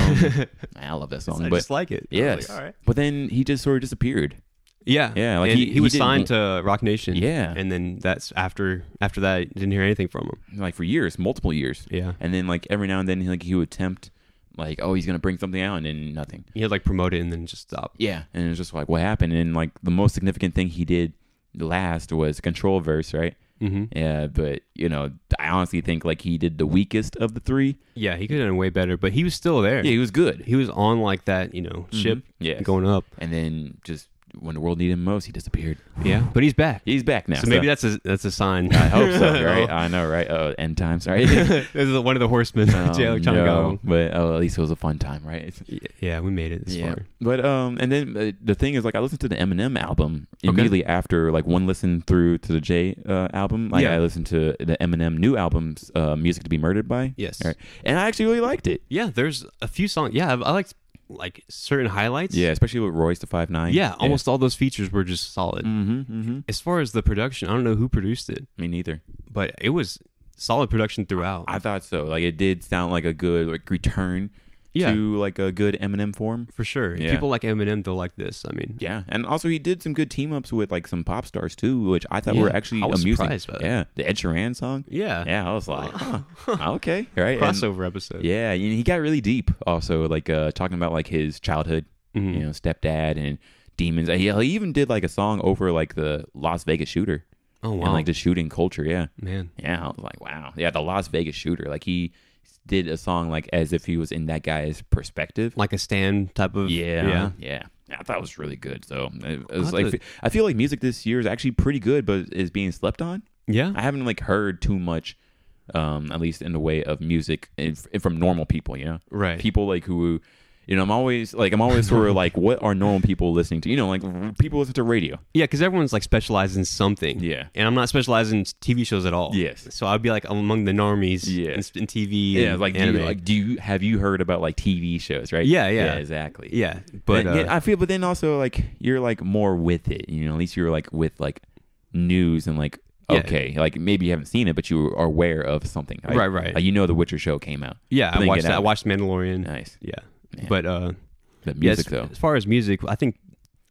I love that song.
I
but
just like it. I was
yes,
like, all right.
but then he just sort of disappeared.
Yeah.
Yeah, like
And
he-
he,
he
was
didn't-
signed to Rock Nation.
Yeah.
And then that's after after that I didn't hear anything from him.
like for years, multiple years.
Yeah.
And then like every now and then he like he would attempt like, oh, he's gonna bring something out and then nothing.
He had like promoted and then just stopped.
Yeah. And it's just like what happened? And like the most significant thing he did last was control verse, right?
Mm-hmm.
Yeah, but you know, I honestly think like he did the weakest of the three.
Yeah, he could have done way better, but he was still there.
Yeah, he was good. Mm-hmm.
He was on like that, you know, ship
Yes.
going up.
And then just when the world needed him most, he disappeared.
Yeah. But he's back.
He's back now.
so maybe that's a that's a sign.
I hope so, right? I know, right? Oh, end times, right?
this is one of the horsemen.
Um,
Jay Electronica
no,
album.
but oh, at least it was a fun time, right?
Y- Yeah, we made it this far.
But um, and then uh, the thing is, like, I listened to the Eminem album immediately after, like, one listen through to the J uh, album. Like,
Yeah.
I listened to the Eminem new albums, uh, "Music to Be Murdered By."
Yes.
All right. and I actually really liked it.
Yeah, there's a few songs. Yeah, I, I liked like certain highlights.
Yeah, especially with Royce the Five Nine.
yeah, almost all those features were just solid.
Mm-hmm, mm-hmm.
As far as the production, I don't know who produced it,
Me neither.
but it was solid production throughout.
I thought so. Like, it did sound like a good like return
Yeah.
to like a good Eminem form.
for sure. If
Yeah.
People like Eminem, they'll like this. I mean,
Yeah, and also he did some good team ups with like some pop stars too, which I thought
Yeah.
were actually
I was
amusing.
surprised by that.
Yeah, the Ed Sheeran song.
yeah,
Yeah, I was like, huh, okay, right? And-
crossover episode.
yeah, and he got really deep. Also, like uh, talking about like his childhood,
Hmm. Mm-hmm.
you know, stepdad and demons. He, he even did like a song over like the Las Vegas shooter
Oh wow,
and like the shooting culture. Yeah,
man.
yeah, I was like, wow, yeah, the Las Vegas shooter. Like he did a song like as if he was in that guy's perspective.
Like a Stan type of
Yeah,
yeah.
yeah, I thought it was really good. So it, it
I'll
was like
have to-
I feel like music this year is actually pretty good, but is being slept on.
Yeah.
I haven't like heard too much, um, at least in the way of music in, from normal people. You know,
Right.
People like who, you know, I'm always like I'm always sort of like, what are normal people listening to? You know, like people listen to radio.
Yeah, because everyone's like specialized in something.
Yeah.
and I'm not specialized in TV shows at all.
Yes.
so I'd be like among the normies.
Yeah.
in, in TV.
Yeah,
and
like do,
anime.
you, like do you have you heard about like TV shows? Right?
Yeah, yeah.
exactly.
yeah, but
And-
uh,
and I feel, but then also like you're like more with it, you know. At least you're like with like news and like
Yeah.
okay, like maybe you haven't seen it, but you are aware of something, right?
Right, right.
Like, you know, The Witcher show came out.
Yeah,
But
I
then
watched
Get
that. I
Out-
watched Mandalorian.
Nice.
Yeah,
Man.
but uh,
The
yeah,
music
as,
though.
as far as music, I think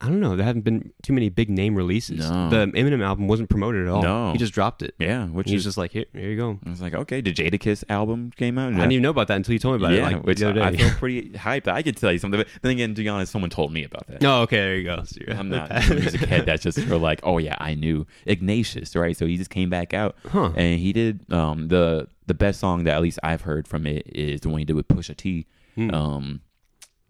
I don't know. There haven't been too many big name releases.
No.
The Eminem album wasn't promoted at all.
No.
he just dropped it.
Yeah, which
And he's
is.
just like, here, here you go.
I was like, okay, the Jadakiss album came out.
I didn't even know about that until you told me about
yeah,
it. Like
which
the other
I, I
day.
feel pretty hyped. I could tell you something, but then again, to be honest, someone told me about that.
no, Oh, okay, there you go. So you're-
I'm not a music head. That's just for like, oh yeah, I knew Ignatius, right? So he just came back out,
Huh.
and he did um, the the best song that at least I've heard from it is the one he did with Pusha T.
Hmm. Mm.
Um,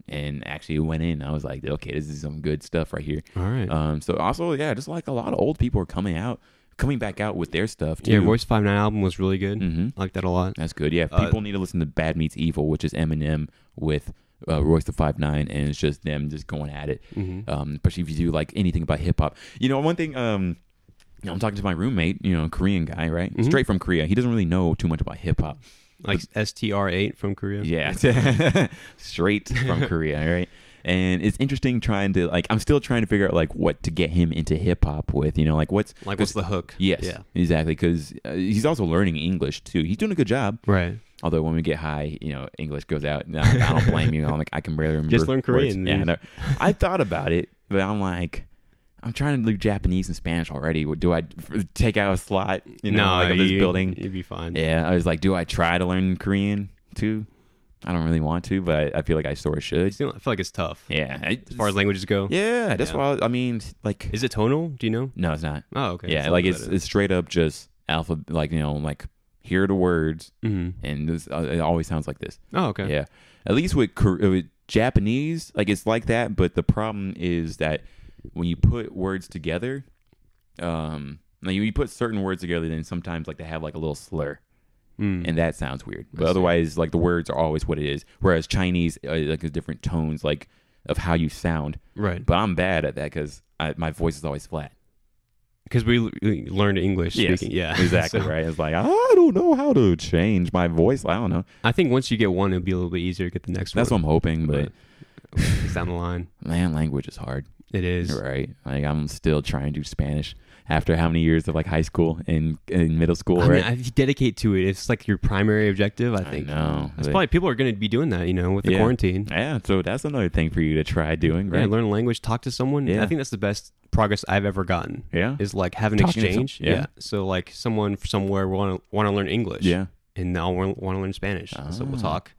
and actually went in. I was like, okay, this is some good stuff right here.
All right.
Um, so also, yeah, just like a lot of old people are coming out, coming back out with their stuff too.
yeah, Royce Five Nine album was really good.
Mhm.
I like that a lot.
That's good. Yeah, people need to listen to Bad Meets Evil, which is Eminem with uh, Royce the Five Nine, and it's just them just going at it.
Mm-hmm.
Um, especially if you do like anything about hip hop. You know, one thing. Um, you know, I'm talking to my roommate, you know, Korean guy, right? Straight from Korea. He doesn't really know too much about hip hop.
Like STR Eight from Korea.
Yeah, straight from Korea, right? And it's interesting trying to like. I'm still trying to figure out like what to get him into hip hop with. You know, like what's
Like, what's the hook?
yes,
Yeah.
exactly. Because uh, he's also learning English too. He's doing a good job.
Right.
Although when we get high, you know, English goes out. No, I don't blame you. I'm like, I can barely remember.
Just learn
words.
Korean,
Yeah,
dude.
no. I thought about it, but I'm like, I'm trying to do Japanese and Spanish already. Do I f- take out a slot? You know, like, of this
you-
building.
You'd be fine.
Yeah, I was like, do I try to learn Korean too? I don't really want to, but I feel like I sort of should.
It's, you know, I feel like it's tough
Yeah, I-
as far as languages go.
yeah, that's
Yeah.
why I, I mean, like,
Is it tonal? Do you know?
no, it's not.
Oh, okay.
yeah, like it's it's straight up just alpha, like you know, like here are the words,
hmm
and this uh, it always sounds like this.
Oh, okay.
Yeah, at least with, Kor- uh, with Japanese, like it's like that. But the problem is that when you put words together, um, like you put certain words together, then sometimes like they have like a little slur,
Mm.
and that sounds weird. But
see.
otherwise, like the words are always what it is. Whereas Chinese, uh, like there's different tones, like of how you sound.
Right.
But I'm bad at that because my voice is always flat.
Because we l- we learned English
Yes,
speaking. Yeah.
Exactly
So,
right. It's like I don't know how to change my voice. I don't know.
I think once you get one, it'll be a little bit easier to get the next
That's what
one.
I'm hoping, but
it's down the line.
man, language is hard.
It is.
Right. Like I'm still trying to do Spanish after how many years of like high school and in middle school,
I mean,
right?
I- if you dedicate to it, it's like your primary objective. I think.
know.
That's
They-
probably people are going to be doing that. You know, with the
Yeah.
quarantine.
yeah, so that's another thing for you to try doing,
Yeah,
right?
learn a language, talk to someone.
Yeah.
I think that's the best progress I've ever gotten.
Yeah.
Is like have an
Talking to some-
exchange.
yeah.
So like someone from somewhere want to want to learn English.
Yeah.
And now want to learn Spanish. So
Ah.
we'll talk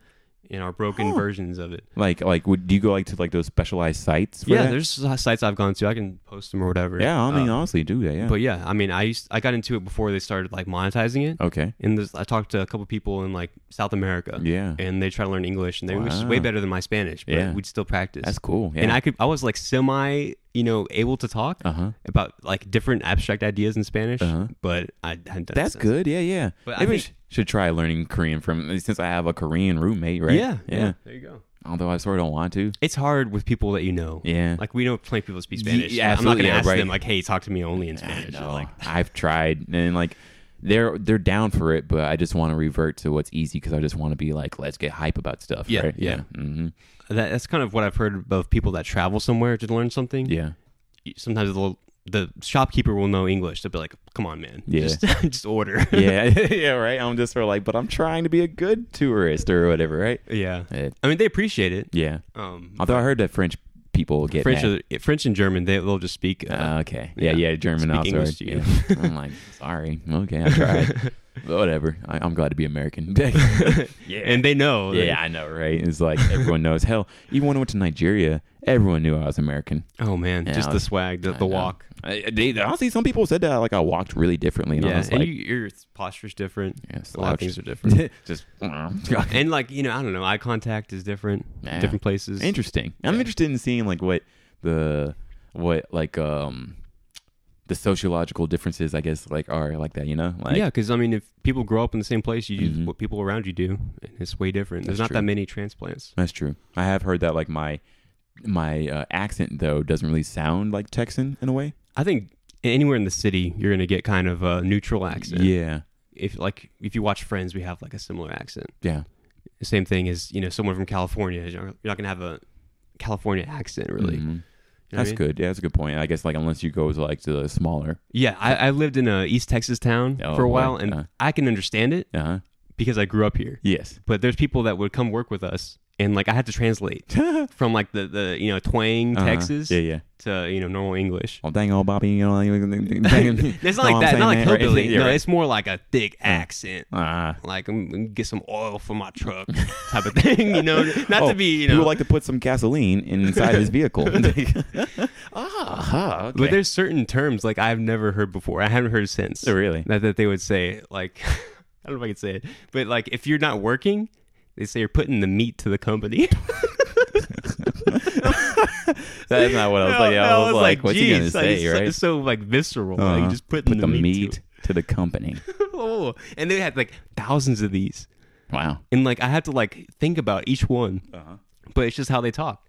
in our broken versions of it.
Like like would do you go like to like those specialized sites for
yeah,
that?
there's s- sites I've gone to. I can post them or whatever.
Yeah, I mean
Uh,
honestly do that, yeah.
but yeah, I mean, I used I got into it before they started like monetizing it.
okay.
And this, I talked to a couple people in like South America.
Yeah.
And they try to learn English, and their English is
Wow.
way better than my Spanish. But
Yeah.
we'd still practice.
That's cool. Yeah.
And I could, I was like semi, you know, able to talk
uh-huh.
about like different abstract ideas in Spanish,
Uh-huh.
but I hadn't done
That's
it since.
good. Yeah, yeah.
But I
Maybe I
think-
should try learning Korean from since I have a Korean roommate, right?
Yeah, yeah, There you go.
Although I sort of don't want to.
It's hard with people that you know.
Yeah.
Like we know plenty of people that speak
Ye-
Spanish.
yeah,
I'm not
absolutely,
gonna
yeah,
ask
right.
them like, "Hey, talk to me only in Spanish."
No,
Like,
I've tried and like they're they're down for it, but I just want to revert to what's easy because I just want to be like, let's get hype about stuff.
Yeah,
right?
yeah.
hmm
that, that's kind of what I've heard of people that travel somewhere to learn something.
yeah.
Sometimes the the shopkeeper will know English. They'll be like, "Come on, man.
Yeah.
Just just order."
yeah, yeah, right. I'm just sort of like, but I'm trying to be a good tourist or whatever, right?
yeah.
Eh,
I mean, they appreciate it.
yeah.
Um,
Although I heard that French people get
French,
mad.
are- French and German, they, they'll just speak. Uh,
Uh, okay. Yeah,
yeah.
yeah. German
Speak
also.
English to you.
yeah. I'm like, sorry. Okay, I tried. But whatever. I, I'm glad to be American. yeah.
and they know.
Yeah, I know, right? It's like everyone knows. Hell, even when I went to Nigeria, everyone knew I was American.
Oh man,
Yeah,
just
I
the
was-
swag, the, the
know.
walk.
I, they, honestly, some people said that like I walked really differently, and I
Yeah,
was
and
like,
you, your posture's different.
yeah,
a lot
slouched.
of things are different.
just
and like you know, I don't know, eye contact is different.
Yeah.
Different places.
interesting. I'm interested in seeing like what the what like um the sociological differences, I guess, like are like that. You know, like
yeah, because I mean, if people grow up in the same place, you
Mhm.
do what people around you do, and it's way different. There's
That's
not that
true.
many transplants.
that's true. I have heard that like my my uh, accent though doesn't really sound like Texan in a way.
I think anywhere in the city, you're gonna get kind of a neutral accent.
Yeah,
If like if you watch Friends, we have like a similar accent.
yeah,
The same thing as you know, someone from California, you're not- you're not gonna have a California accent really.
Mhm.
You know what I
That's
mean?
good. Yeah, that's a good point. I guess like unless you go to like to the smaller.
Yeah, I, I lived in a East Texas town
Oh,
for a
boy.
while, and
Uh-huh.
I can understand it
Uh huh.
because I grew up here.
Yes.
But there's people that would come work with us, and like I had to translate from like the, the you know twang
Uh-huh.
Texas
Yeah, yeah.
to you know normal English.
Oh dang, old Bobby, you know.
It's
it's
not like that, not like hillbilly. no, it's more like a thick accent.
Uh,
Like I'm gonna get some oil for my truck, type of thing. You know, not to be you
he
know.
Oh, would like to put some gasoline inside his vehicle. ah, okay.
But there's certain terms like I've never heard before. I haven't heard since.
Oh, really?
That, that they would say like I don't know if I can say it, but like if you're not working, they say you're putting the meat to the company.
That's not what I was like.
No,
I was, like, what's he gonna
geez, like,
say,
it's so-
right?
It's so like visceral. Like
Uh-huh.
you're just putting
put
the, meat. to
to the company.
it. oh, and they had like thousands of these,
Wow,
and like I had to like think about each one. But it's just how they talk.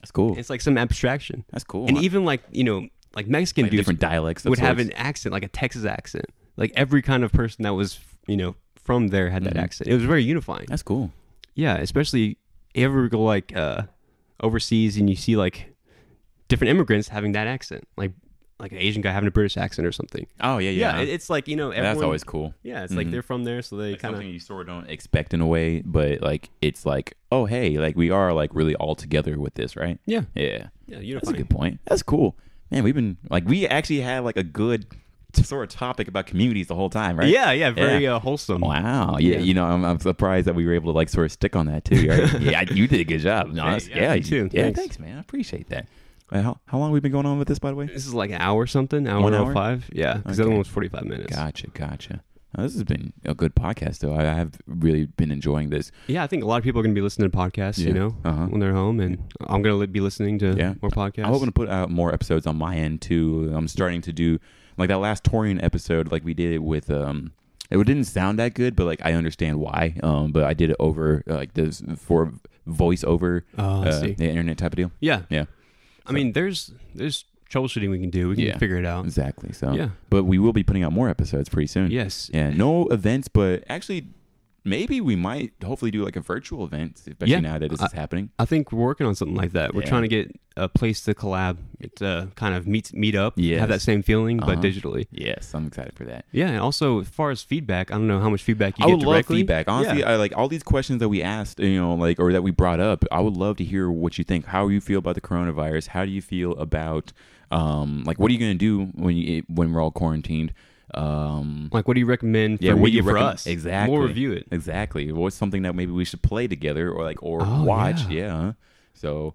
that's Uh-huh. cool.
It's like some abstraction.
That's cool.
And
huh?
even like you know, like Mexican
Like
dudes
different dialects of
would have
sorts.
an accent, like a Texas accent. Like every kind of person that was you know from there had that
Mm-hmm.
accent. It was very unifying.
that's cool.
Yeah, especially you ever go like uh, overseas and you see like different immigrants having that accent, like like an Asian guy having a British accent or something.
Oh yeah,
Yeah,
yeah.
it- it's like you know everyone,
that's always cool.
Yeah, it's like they're from there, so they kind of
something you sort of don't expect in a way, but like it's like, oh hey, like we are like really all together with this, right?
yeah,
Yeah,
yeah,
that's a
unifying.
good point. That's cool. man, we've been like we actually had like a good t- sort of topic about communities the whole time, right?
Yeah, yeah, very Uh, wholesome.
Wow. Yeah,
Yeah.
you know, I'm, I'm surprised that we were able to like sort of stick on that too. Right? yeah, you did a good job. No, that's-
yeah,
yeah,
you
you-
too.
Yeah,
Thanks.
thanks. man. I appreciate that. Uh, how, how long have we been going on with this, by the way?
This is like an hour something, hour
One
and
hour?
five. Yeah, because the other
Okay.
one was forty five minutes.
Gotcha, gotcha. Now, this has been a good podcast, though. I, I have really been enjoying this.
Yeah, I think a lot of people are going to be listening to podcasts, you
Yeah.
know,
Uh-huh.
when they're home, and I'm going to be listening to
Yeah.
more podcasts.
I'm hoping to put out more episodes on my end too. I'm starting to do like that last Torian episode, like we did it with um. It didn't sound that good, but like I understand why. Um, but I did it over uh, like this for voiceover,
Oh, I
uh,
see.
the internet type of deal.
Yeah,
Yeah,
I mean, there's there's troubleshooting we can do. We can
Yeah.
figure it out.
exactly. So hmm.
Yeah.
but we will be putting out more episodes pretty soon.
Yes.
Yeah, no events, but actually, maybe we might hopefully do like a virtual event, especially
Yeah.
now that this
I-
is happening.
I think we're working on something like that. We're
Yeah.
trying to get a place to collab, to kind of meet meet up,
Yes.
have that same feeling, but
Uh-huh.
digitally.
Yes, I'm excited for that.
Yeah, and also as far as feedback, I don't know how much feedback you
I
get
would love
directly.
feedback. Honestly,
Yeah.
I like all these questions that we asked, you know, like or that we brought up. I would love to hear what you think. How you feel about the coronavirus? How do you feel about um like what are you going to do when you when we're all quarantined? Um
like, what do you recommend? For
yeah, what do
media
you
for
recommend-
us?
Exactly.
We'll review it.
Exactly. What's something that maybe we should play together or like or
Oh,
watch?
yeah.
Yeah. So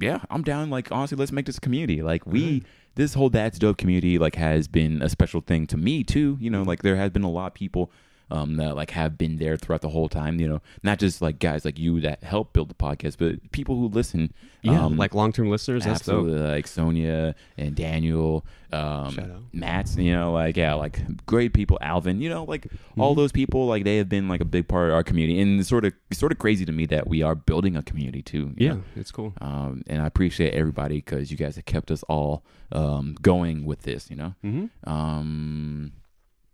yeah, I'm down. Like honestly, let's make this a community. Like we, this whole that's dope community like has been a special thing to me too. You know, like there has been a lot of people. Um, that like have been there throughout the whole time, you know, not just like guys like you that help build the podcast, but people who listen.
Yeah,
um,
like long term listeners. That's dope.
absolutely uh, like Sonia and Daniel, um,
Shout out.
Matt's, you know, like yeah, like great people. Alvin, you know, like
Mhm.
all those people, like they have been like a big part of our community, and it's sort of it's sort of crazy to me that we are building a community too. you
Yeah,
know?
it's cool.
Um, and I appreciate everybody because you guys have kept us all um, going with this, you know. Mm-hmm. Um,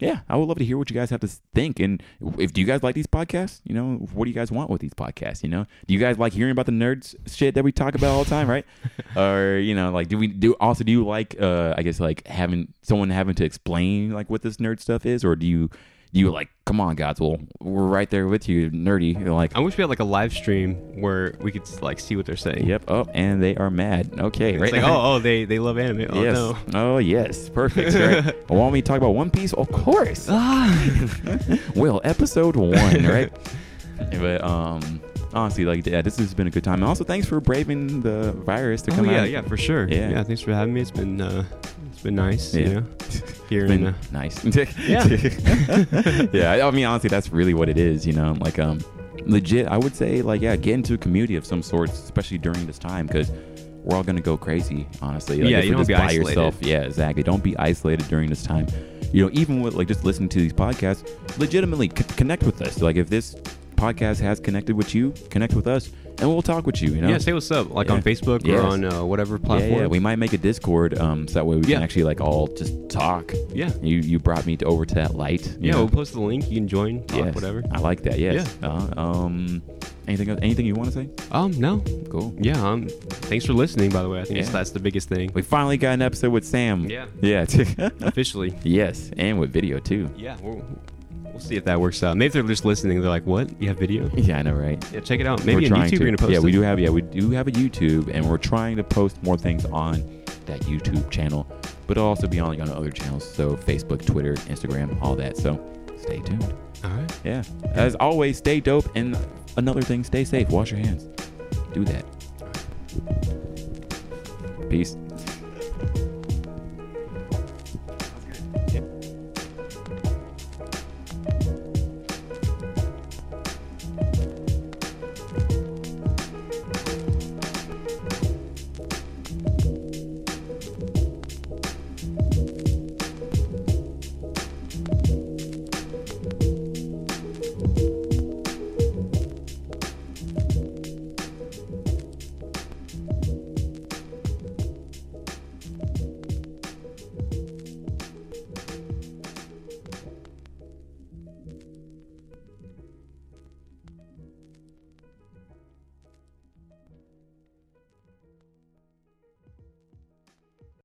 yeah, I would love to hear what you guys have to think, and if do you guys like these podcasts? You know, what do you guys want with these podcasts? You know, do you guys like hearing about the nerds shit that we talk about all the time, right? or you know, like do we do also do you like uh, I guess like having someone having to explain like what this nerd stuff is, or do you do you like come on, Godswill, we're right there with you, nerdy, You're like
I wish we had like a live stream where we could like see what they're saying.
yep, oh, and they are mad. Okay, right
It's like, oh, oh, they they love anime. Oh
yes.
no.
Oh yes. Perfect. Right. Want me to talk about One Piece? Of course.
Ah.
well, episode one, right? but um, honestly, like yeah, this has been a good time. And also, thanks for braving the virus to
Oh
come
yeah,
out.
yeah, for sure.
Yeah.
thanks for having me. It's been uh, it's been nice.
Yeah.
You know, here
It's
in
been
uh,
nice.
Yeah.
yeah. I- I mean, honestly, that's really what it is. You know, like um, legit. I would say like yeah, get into a community of some sort, especially during this time, because. We're all gonna go crazy, honestly. Like,
Yeah,
if
you
you're
don't
just
be
by
isolated.
yourself, Yeah, exactly. Don't be isolated during this time. You know, even with like just listening to these podcasts, legitimately c- connect with us. Like if this podcast has connected with you, connect with us, and we'll talk with you. You know,
yeah. Say what's up, like
Yeah.
on Facebook
Yes.
or on uh, whatever
yeah,
platform.
yeah. We might make a Discord, um, so that way we
Yeah.
can actually like all just talk.
yeah.
You you brought me to, over to that light. you
Yeah,
know?
we'll post the link. You can join. Talk,
Yes.
whatever.
I like that. Yes. Uh, um, anything else, anything you want to say?
Um, no.
Cool.
Yeah. Um, thanks for listening. By the way, I think that's
Yeah.
that's the biggest thing
We finally got an episode with Sam.
Yeah.
Yeah.
officially.
yes, and with video too.
Yeah. We'll, we'll see if that works out. Maybe if they're just listening, they're like, "What? You have video?
Yeah, I know, right?
Yeah, check it out. Maybe
we're
on
trying
YouTube
to.
you're gonna post
yeah,
it.
we do have. Yeah, we do have a YouTube, and we're trying to post more things on that YouTube channel, but it'll also be on like on other channels, so Facebook, Twitter, Instagram, all that. So stay tuned.
All right.
Yeah. As always, stay dope, and another thing, stay safe. Wash your hands. Do that. Peace.